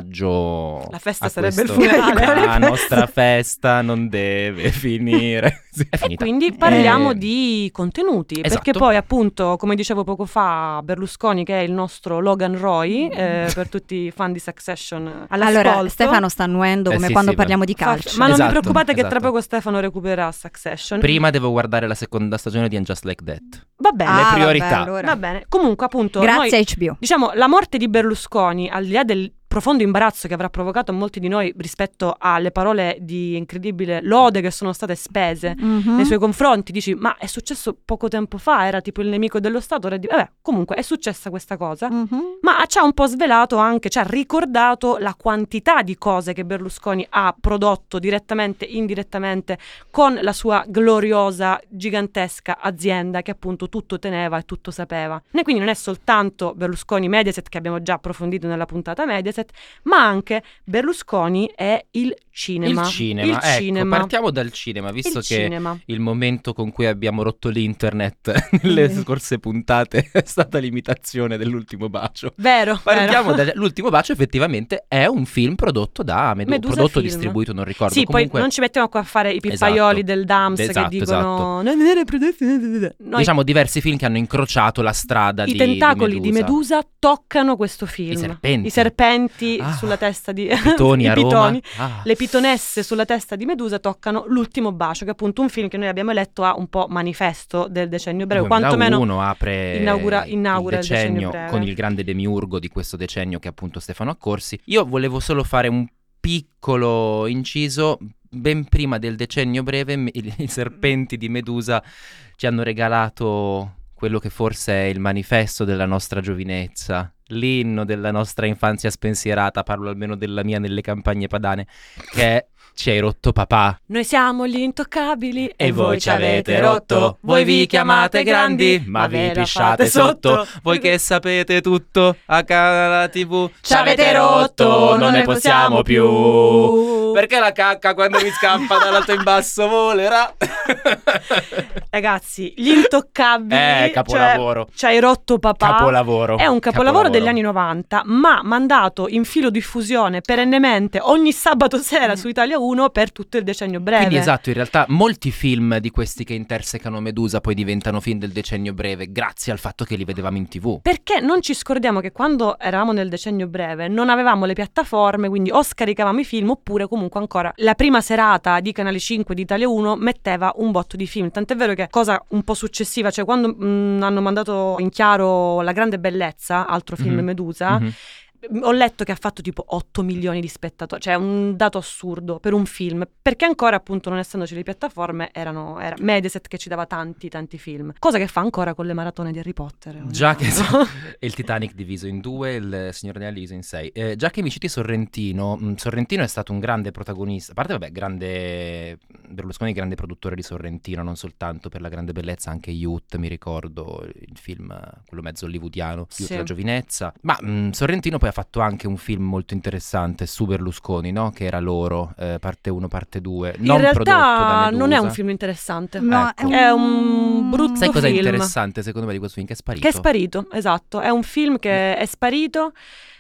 [SPEAKER 1] all'omaggio.
[SPEAKER 3] La festa
[SPEAKER 1] a
[SPEAKER 3] sarebbe il
[SPEAKER 1] questo- ecco,
[SPEAKER 3] funerale.
[SPEAKER 1] La nostra festa non deve finire. Sì, È
[SPEAKER 3] E
[SPEAKER 1] finita.
[SPEAKER 3] quindi parliamo
[SPEAKER 1] Eh,
[SPEAKER 3] di contenuti,
[SPEAKER 1] esatto.
[SPEAKER 3] perché poi appunto, come dicevo poco fa, Berlusconi che è il nostro Logan Roy, eh, per tutti i fan di Succession all'ascolto.
[SPEAKER 2] Allora, Stefano sta annuendo
[SPEAKER 1] Eh,
[SPEAKER 2] come
[SPEAKER 1] sì,
[SPEAKER 2] quando
[SPEAKER 1] sì,
[SPEAKER 2] parliamo di
[SPEAKER 3] Fa-
[SPEAKER 2] calcio.
[SPEAKER 3] Ma non
[SPEAKER 1] Esatto,
[SPEAKER 3] vi preoccupate che tra
[SPEAKER 1] esatto.
[SPEAKER 3] poco Stefano recupererà Succession.
[SPEAKER 1] Prima devo guardare la seconda stagione di And Just Like That.
[SPEAKER 3] Va bene,
[SPEAKER 2] Ah, vabbè,
[SPEAKER 1] priorità.
[SPEAKER 2] allora.
[SPEAKER 3] va bene. Comunque appunto, noi-
[SPEAKER 2] Grazie HBO.
[SPEAKER 3] Diciamo, la morte di Berlusconi, al di là del profondo imbarazzo che avrà provocato a molti di noi rispetto alle parole di incredibile lode che sono state spese
[SPEAKER 2] Mhm.
[SPEAKER 3] nei suoi confronti, dici, ma è successo poco tempo fa, era tipo il nemico dello Stato, ora è di- vabbè, comunque è successa questa cosa.
[SPEAKER 2] Mhm.
[SPEAKER 3] Ma ci ha un po' svelato anche, ci ha ricordato la quantità di cose che Berlusconi ha prodotto direttamente, indirettamente, con la sua gloriosa, gigantesca azienda che appunto tutto teneva e tutto sapeva. E quindi non è soltanto Berlusconi Mediaset che abbiamo già approfondito nella puntata Mediaset, ma anche Berlusconi e il cinema.
[SPEAKER 1] Il cinema.
[SPEAKER 3] Il
[SPEAKER 1] ecco,
[SPEAKER 3] cinema.
[SPEAKER 1] partiamo dal cinema, visto
[SPEAKER 3] il
[SPEAKER 1] che
[SPEAKER 3] cinema.
[SPEAKER 1] il momento con cui abbiamo rotto l'internet nelle
[SPEAKER 2] Mm.
[SPEAKER 1] scorse puntate è stata l'imitazione dell'ultimo bacio.
[SPEAKER 3] Vero,
[SPEAKER 1] Partiamo
[SPEAKER 3] vero.
[SPEAKER 1] dall'ultimo bacio, effettivamente è un film prodotto da Medusa,
[SPEAKER 3] Medusa
[SPEAKER 1] prodotto
[SPEAKER 3] Film.
[SPEAKER 1] distribuito, non ricordo.
[SPEAKER 3] Sì,
[SPEAKER 1] Comunque,
[SPEAKER 3] poi non ci mettiamo qua a fare i pippaioli
[SPEAKER 1] Esatto.
[SPEAKER 3] del Dams
[SPEAKER 1] Esatto,
[SPEAKER 3] che dicono... Noi
[SPEAKER 1] diciamo diversi film che hanno incrociato la strada
[SPEAKER 3] I
[SPEAKER 1] di
[SPEAKER 3] tentacoli di
[SPEAKER 1] Medusa.
[SPEAKER 3] Medusa toccano questo film.
[SPEAKER 1] I serpenti.
[SPEAKER 3] I serpenti
[SPEAKER 1] Ah,
[SPEAKER 3] sulla testa di...
[SPEAKER 1] I pitoni
[SPEAKER 3] i
[SPEAKER 1] a
[SPEAKER 3] pitoni.
[SPEAKER 1] Roma. Ah.
[SPEAKER 3] Le pitonesse sulla testa di Medusa toccano L'ultimo bacio, che è appunto un film che noi abbiamo letto a un po' manifesto del decennio breve, quantomeno
[SPEAKER 1] 2001 apre
[SPEAKER 3] inaugura- inaugura
[SPEAKER 1] il
[SPEAKER 3] il
[SPEAKER 1] decennio,
[SPEAKER 3] decennio breve.
[SPEAKER 1] con il grande demiurgo di questo decennio che è appunto Stefano Accorsi. Io volevo solo fare un piccolo inciso. Ben prima del decennio breve m- i, i serpenti di Medusa ci hanno regalato quello che forse è il manifesto della nostra giovinezza, l'inno della nostra infanzia spensierata, parlo almeno della mia nelle campagne padane, che è Ci hai rotto papà
[SPEAKER 3] noi siamo gli intoccabili
[SPEAKER 1] e voi ci avete rotto, voi vi chiamate grandi, ma vi pisciate sotto, voi che sapete tutto, a canale tv ci avete rotto, non ne possiamo più. Perché la cacca quando mi scappa dall'alto in basso volerà?
[SPEAKER 3] Ragazzi, gli intoccabili... cioè,
[SPEAKER 1] Eh, capolavoro.
[SPEAKER 3] Ci hai rotto papà.
[SPEAKER 1] Capolavoro.
[SPEAKER 3] È un capolavoro, degli anni 90, ma mandato in filo di fusione perennemente ogni sabato sera su Italia 1 per tutto il decennio breve.
[SPEAKER 1] Quindi esatto, in realtà molti film di questi che intersecano Medusa poi diventano film del decennio breve grazie al fatto che li vedevamo in tv.
[SPEAKER 3] Perché non ci scordiamo che quando eravamo nel decennio breve non avevamo le piattaforme, quindi o scaricavamo i film oppure comunque ancora la prima serata di Canale 5 di Italia 1 metteva un botto di film. Tant'è vero che cosa un po' successiva, cioè quando mm, hanno mandato in chiaro La grande bellezza, altro film
[SPEAKER 1] Mhm.
[SPEAKER 3] Medusa,
[SPEAKER 1] Mhm.
[SPEAKER 3] Ho letto che ha fatto tipo 8 milioni di spettatori, cioè un dato assurdo per un film, perché ancora appunto non essendoci le piattaforme erano, era Mediaset che ci dava tanti tanti film, cosa che fa ancora con le maratone di Harry Potter. eh, ogni
[SPEAKER 1] Già che
[SPEAKER 3] tanto.
[SPEAKER 1] e il Titanic diviso in due, il Signore degli Anelli diviso in sei. Eh, già che mi citi Sorrentino, mh, Sorrentino è stato un grande protagonista, a parte vabbè, grande Berlusconi, grande produttore di Sorrentino, non soltanto per la grande bellezza, anche Youth, mi ricordo, il film, eh, quello mezzo hollywoodiano, Youth
[SPEAKER 3] Sì.
[SPEAKER 1] la giovinezza. Ma mh, Sorrentino poi ha fatto anche un film molto interessante su Berlusconi, no? Che era loro, eh, parte 1, parte 2,
[SPEAKER 3] In
[SPEAKER 1] non prodotto da
[SPEAKER 3] realtà
[SPEAKER 1] Medusa.
[SPEAKER 3] non è un film interessante.
[SPEAKER 2] No,
[SPEAKER 1] Ecco.
[SPEAKER 3] È un brutto
[SPEAKER 1] Sai cosa è
[SPEAKER 3] film.
[SPEAKER 1] interessante secondo me di questo film? Che è sparito.
[SPEAKER 3] Che è sparito, esatto. È un film che è sparito,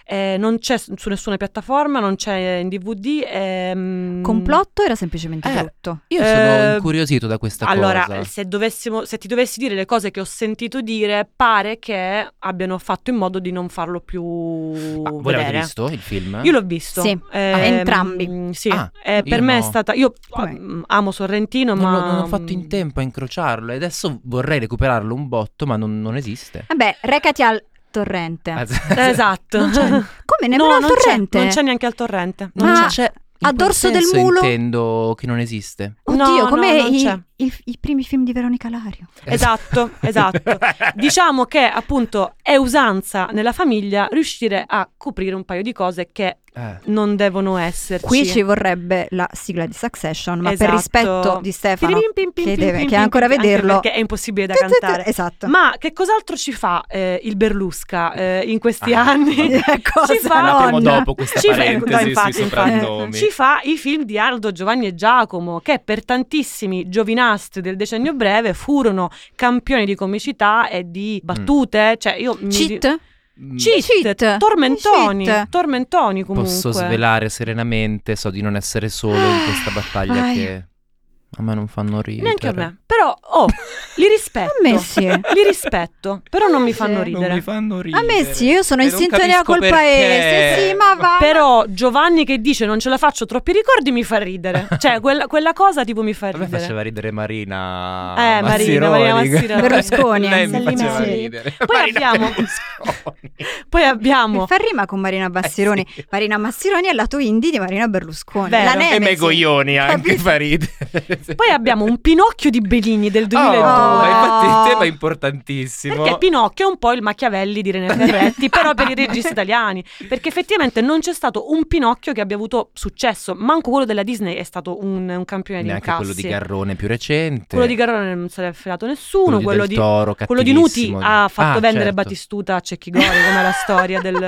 [SPEAKER 3] eh, non c'è su su nessuna piattaforma, non c'è in DVD. ehm,
[SPEAKER 2] Complotto era semplicemente
[SPEAKER 1] Eh,
[SPEAKER 2] brutto.
[SPEAKER 1] Io sono
[SPEAKER 3] Eh,
[SPEAKER 1] incuriosito da questa
[SPEAKER 3] allora,
[SPEAKER 1] cosa.
[SPEAKER 3] se, dovessimo, se ti dovessi dire le cose che ho sentito dire, pare che abbiano fatto in modo di non farlo più
[SPEAKER 1] Ma voi l'avete
[SPEAKER 3] vedere.
[SPEAKER 1] visto il film?
[SPEAKER 3] Io l'ho visto.
[SPEAKER 2] Sì,
[SPEAKER 3] Ehm,
[SPEAKER 2] entrambi.
[SPEAKER 3] Sì,
[SPEAKER 1] Ah,
[SPEAKER 3] eh, per
[SPEAKER 1] io
[SPEAKER 3] me è
[SPEAKER 1] no.
[SPEAKER 3] stata... Io
[SPEAKER 2] Come?
[SPEAKER 3] mm, amo Sorrentino,
[SPEAKER 1] non,
[SPEAKER 3] ma... mm,
[SPEAKER 1] l'ho- non ho fatto in tempo a incrociarlo e adesso vorrei recuperarlo un botto, ma non, non esiste.
[SPEAKER 3] Eh
[SPEAKER 2] Vabbè, recati al torrente.
[SPEAKER 1] Ah,
[SPEAKER 3] Esatto.
[SPEAKER 2] Non c'è- Come? Nemmeno
[SPEAKER 3] No,
[SPEAKER 2] al
[SPEAKER 3] non c'è,
[SPEAKER 2] torrente?
[SPEAKER 3] non c'è neanche al torrente.
[SPEAKER 1] Non
[SPEAKER 2] Ah.
[SPEAKER 1] c'è
[SPEAKER 2] A
[SPEAKER 1] quel
[SPEAKER 2] dorso del
[SPEAKER 1] senso
[SPEAKER 2] mulo?
[SPEAKER 1] intendo che non esiste.
[SPEAKER 2] Oddio,
[SPEAKER 3] No,
[SPEAKER 2] come
[SPEAKER 3] no, non
[SPEAKER 2] i-
[SPEAKER 3] c'è.
[SPEAKER 2] i- i primi film di Veronica Lario.
[SPEAKER 3] Esatto, esatto. Diciamo che appunto è usanza nella famiglia riuscire a coprire un paio di cose che
[SPEAKER 1] Eh.
[SPEAKER 3] non devono esserci.
[SPEAKER 2] Qui ci vorrebbe la sigla di Succession, ma per
[SPEAKER 3] Esatto.
[SPEAKER 2] rispetto di Stefano,
[SPEAKER 3] Pim, pim, pim,
[SPEAKER 2] che,
[SPEAKER 3] pim,
[SPEAKER 2] deve-
[SPEAKER 3] pim,
[SPEAKER 2] che
[SPEAKER 3] pim,
[SPEAKER 2] ancora
[SPEAKER 3] pim, anche
[SPEAKER 2] vederlo...
[SPEAKER 3] Perché è impossibile da cantare.
[SPEAKER 2] Esatto.
[SPEAKER 3] Ma che cos'altro ci fa eh, il Berlusca eh, in questi
[SPEAKER 1] Ah,
[SPEAKER 3] anni?
[SPEAKER 1] vabbè.
[SPEAKER 2] Cosa
[SPEAKER 3] fa-
[SPEAKER 2] non-
[SPEAKER 3] La
[SPEAKER 1] Parleremo dopo questa
[SPEAKER 3] Ci fa-
[SPEAKER 1] parentesi
[SPEAKER 3] no, infatti,
[SPEAKER 1] sui
[SPEAKER 3] infatti.
[SPEAKER 1] soprannomi.
[SPEAKER 3] Ci fa i film di Aldo, Giovanni e Giacomo, che per tantissimi giovinastri del decennio breve furono campioni di comicità e di battute. Cioè, io mi-
[SPEAKER 2] Cheat?
[SPEAKER 1] Mm,
[SPEAKER 3] Cheat,
[SPEAKER 2] Cheat.
[SPEAKER 3] tormentoni,
[SPEAKER 2] Cheat.
[SPEAKER 3] tormentoni comunque.
[SPEAKER 1] Posso svelare serenamente, so di non essere solo in questa battaglia
[SPEAKER 2] Ai.
[SPEAKER 1] che a me non fanno ridere.
[SPEAKER 3] Neanche a me, però oh, li
[SPEAKER 1] Ecco.
[SPEAKER 3] rispetto.
[SPEAKER 2] A me sì.
[SPEAKER 3] Li rispetto, però non mi fanno
[SPEAKER 2] Non
[SPEAKER 3] ridere.
[SPEAKER 1] fanno ridere.
[SPEAKER 2] A me sì, io sono
[SPEAKER 1] E
[SPEAKER 2] in
[SPEAKER 1] non
[SPEAKER 2] sintonia
[SPEAKER 1] capisco
[SPEAKER 2] col
[SPEAKER 1] perché.
[SPEAKER 2] paese, sì, Ah, ma va.
[SPEAKER 3] Però Giovanni che dice non ce la faccio troppi ricordi mi fa ridere. Cioè, quella, quella cosa tipo mi fa
[SPEAKER 1] A me
[SPEAKER 3] ridere.
[SPEAKER 1] faceva ridere Marina.
[SPEAKER 3] Eh, Marina, Marina Mazziroli.
[SPEAKER 2] Berlusconi,
[SPEAKER 1] Lei mi
[SPEAKER 2] Salvini,
[SPEAKER 1] faceva
[SPEAKER 2] sì.
[SPEAKER 1] ridere.
[SPEAKER 3] Poi
[SPEAKER 1] Marina
[SPEAKER 3] abbiamo-
[SPEAKER 1] Berlusconi.
[SPEAKER 3] Poi
[SPEAKER 2] Mi
[SPEAKER 3] abbiamo
[SPEAKER 2] fa rima con Marina Bassironi.
[SPEAKER 1] Eh, sì.
[SPEAKER 2] Marina Bassironi è il lato indie di Marina Berlusconi.
[SPEAKER 3] Vero.
[SPEAKER 2] La
[SPEAKER 3] E
[SPEAKER 1] E
[SPEAKER 2] Nemesi.
[SPEAKER 1] me coglioni anche
[SPEAKER 2] Capito?
[SPEAKER 1] fa ridere.
[SPEAKER 3] Poi abbiamo un Pinocchio di Benigni del 2002.
[SPEAKER 2] Ah.
[SPEAKER 1] Oh, infatti boh. il tema è
[SPEAKER 3] Perché
[SPEAKER 1] importantissimo.
[SPEAKER 3] Pinocchio è un po' il Machiavelli di René Ferretti, però per i registi italiani. Perché effettivamente non c'è stato un Pinocchio che abbia avuto successo. Manco quello della Disney è stato un, un campione di
[SPEAKER 1] Neanche
[SPEAKER 3] incassi.
[SPEAKER 1] quello di Garrone più recente.
[SPEAKER 3] Quello di Garrone non se l'è affidato nessuno. Quello
[SPEAKER 1] del
[SPEAKER 3] di,
[SPEAKER 1] Toro,
[SPEAKER 3] quello di Nuti
[SPEAKER 1] cattivissimo.
[SPEAKER 3] ha fatto
[SPEAKER 1] Ah,
[SPEAKER 3] vendere
[SPEAKER 1] certo.
[SPEAKER 3] Battistuta a Cecchi Gori, come la storia del.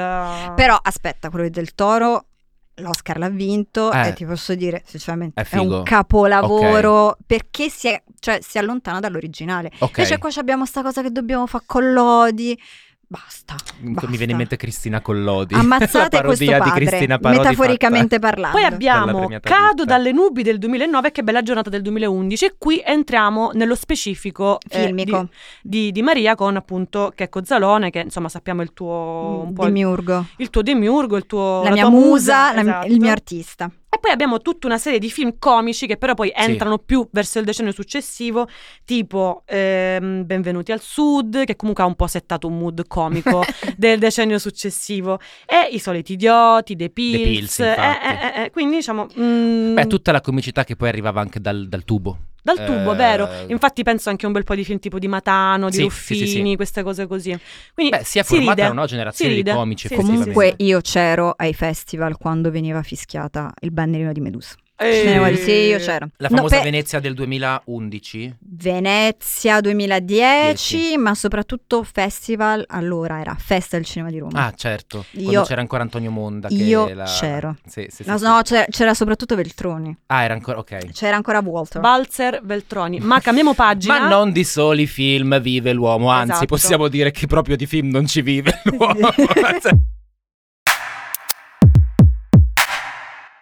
[SPEAKER 2] Però aspetta, quello del toro, l'Oscar l'ha vinto
[SPEAKER 1] Eh.
[SPEAKER 2] e ti posso dire, sinceramente,
[SPEAKER 1] È
[SPEAKER 2] è, un
[SPEAKER 1] figo.
[SPEAKER 2] capolavoro perché si, è- cioè, si allontana dall'originale.
[SPEAKER 1] Ok.
[SPEAKER 2] Invece qua abbiamo sta cosa che dobbiamo fare con l'Odi. Basta. basta.
[SPEAKER 1] Mi viene in mente Cristina Collodi.
[SPEAKER 2] Ammazzate
[SPEAKER 1] la
[SPEAKER 2] questo
[SPEAKER 1] parodia
[SPEAKER 2] padre,
[SPEAKER 1] di Cristina Parodi
[SPEAKER 2] metaforicamente parlando.
[SPEAKER 3] Poi
[SPEAKER 1] Per la
[SPEAKER 3] abbiamo
[SPEAKER 1] premiata
[SPEAKER 3] Cado
[SPEAKER 1] ditta.
[SPEAKER 3] dalle nubi del 2009 che è Bella giornata del 2011 e qui entriamo nello specifico eh,
[SPEAKER 2] Filmico,
[SPEAKER 3] di, di- di Maria con appunto Checco Zalone che insomma sappiamo il tuo un po'
[SPEAKER 2] di
[SPEAKER 3] il,
[SPEAKER 2] Miurgo.
[SPEAKER 3] il tuo demiurgo, il tuo
[SPEAKER 2] Mm, La
[SPEAKER 3] la
[SPEAKER 2] mia
[SPEAKER 3] tua
[SPEAKER 2] musa, la-
[SPEAKER 3] esatto.
[SPEAKER 2] il mio artista.
[SPEAKER 3] E poi abbiamo tutta una serie di film comici che però poi entrano più verso il decennio successivo, tipo ehm, Benvenuti al Sud, che comunque ha un po' settato un mood comico del decennio successivo, e I soliti idioti, The Pills.
[SPEAKER 1] Pills,
[SPEAKER 3] eh,
[SPEAKER 1] infatti.
[SPEAKER 3] eh, eh, eh, quindi diciamo... mm,
[SPEAKER 1] Beh, tutta la comicità che poi arrivava anche dal, dal tubo.
[SPEAKER 3] Dal tubo,
[SPEAKER 1] Eh,
[SPEAKER 3] vero? Infatti penso anche a un bel po' di film tipo di Matano, di
[SPEAKER 1] Sì,
[SPEAKER 3] Ruffini,
[SPEAKER 1] sì, sì, sì.
[SPEAKER 3] queste cose così. Quindi
[SPEAKER 1] Beh, si è
[SPEAKER 3] formata
[SPEAKER 1] formata una nuova generazione
[SPEAKER 3] si
[SPEAKER 1] di
[SPEAKER 3] ride. Sì, sì,
[SPEAKER 1] comici.
[SPEAKER 3] sì,
[SPEAKER 1] effettivamente.
[SPEAKER 2] Comunque io c'ero ai festival quando veniva fischiata il bannerino di Medusa.
[SPEAKER 3] Eh.
[SPEAKER 2] Me ne voglio- Sì, io c'ero.
[SPEAKER 1] La
[SPEAKER 2] No,
[SPEAKER 1] famosa
[SPEAKER 2] per-
[SPEAKER 1] Venezia del
[SPEAKER 3] Mm.
[SPEAKER 1] 2011.
[SPEAKER 2] Venezia 2010,
[SPEAKER 1] Dieci.
[SPEAKER 2] ma soprattutto festival, allora era Festa del Cinema di Roma.
[SPEAKER 1] Ah, certo.
[SPEAKER 2] Io-
[SPEAKER 1] Quando c'era ancora Antonio Monda. Che
[SPEAKER 2] io
[SPEAKER 1] la-
[SPEAKER 2] c'ero.
[SPEAKER 1] Sì, sì, sì,
[SPEAKER 2] No,
[SPEAKER 1] sì.
[SPEAKER 2] no, c'era, c'era soprattutto Veltroni,
[SPEAKER 1] Ah, era ancora. Ok.
[SPEAKER 2] c'era ancora Walter.
[SPEAKER 3] Balzer Veltroni. Ma cambiamo pagina.
[SPEAKER 1] Ma non di soli film vive l'uomo, anzi
[SPEAKER 3] Esatto.
[SPEAKER 1] possiamo dire che proprio di film non ci vive l'uomo.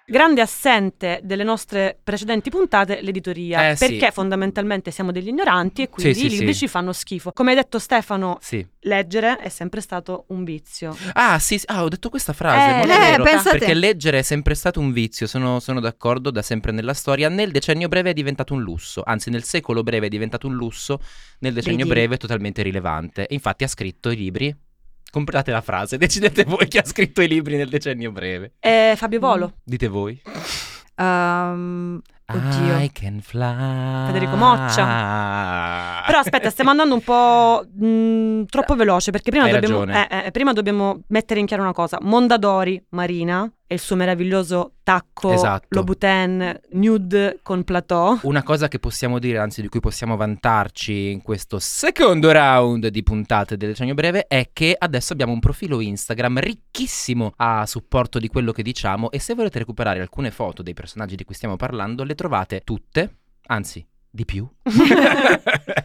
[SPEAKER 3] Grande assente delle nostre precedenti puntate l'editoria,
[SPEAKER 1] Eh, sì.
[SPEAKER 3] perché fondamentalmente siamo degli ignoranti e quindi
[SPEAKER 1] Sì, sì,
[SPEAKER 3] i libri
[SPEAKER 1] sì.
[SPEAKER 3] ci fanno schifo. Come hai detto Stefano,
[SPEAKER 1] sì.
[SPEAKER 3] leggere è sempre stato un vizio.
[SPEAKER 1] Ah, sì, sì. Ah, ho detto questa frase.
[SPEAKER 3] Eh,
[SPEAKER 1] molto
[SPEAKER 3] eh,
[SPEAKER 1] vero.
[SPEAKER 2] pensa te.
[SPEAKER 1] Ah, perché leggere è sempre stato un vizio, sono, sono d'accordo, da sempre nella storia. Nel decennio breve è diventato un lusso, anzi nel secolo breve è diventato un lusso, nel decennio
[SPEAKER 2] Vedi?
[SPEAKER 1] breve è totalmente rilevante. E infatti ha scritto i libri. Comprate la frase, decidete voi chi ha scritto i libri nel decennio breve.
[SPEAKER 3] Eh,
[SPEAKER 1] Mm.
[SPEAKER 3] Fabio Volo,
[SPEAKER 1] Dite voi.
[SPEAKER 2] Ehm,
[SPEAKER 1] Ah,
[SPEAKER 2] Oddio.
[SPEAKER 1] I can fly.
[SPEAKER 3] Federico Moccia. Però aspetta, stiamo andando un po' mh, troppo veloce perché prima
[SPEAKER 1] Hai
[SPEAKER 3] dobbiamo,
[SPEAKER 1] ragione.
[SPEAKER 3] eh, eh, prima dobbiamo mettere in chiaro una cosa. Mondadori, Marina e il suo meraviglioso tacco
[SPEAKER 1] Esatto.
[SPEAKER 3] Lobuten nude con Plateau.
[SPEAKER 1] Una cosa che possiamo dire, anzi di cui possiamo vantarci in questo secondo round di puntate del decennio breve è che adesso abbiamo un profilo Instagram ricchissimo a supporto di quello che diciamo e se volete recuperare alcune foto dei personaggi di cui stiamo parlando le trovate tutte, anzi di più,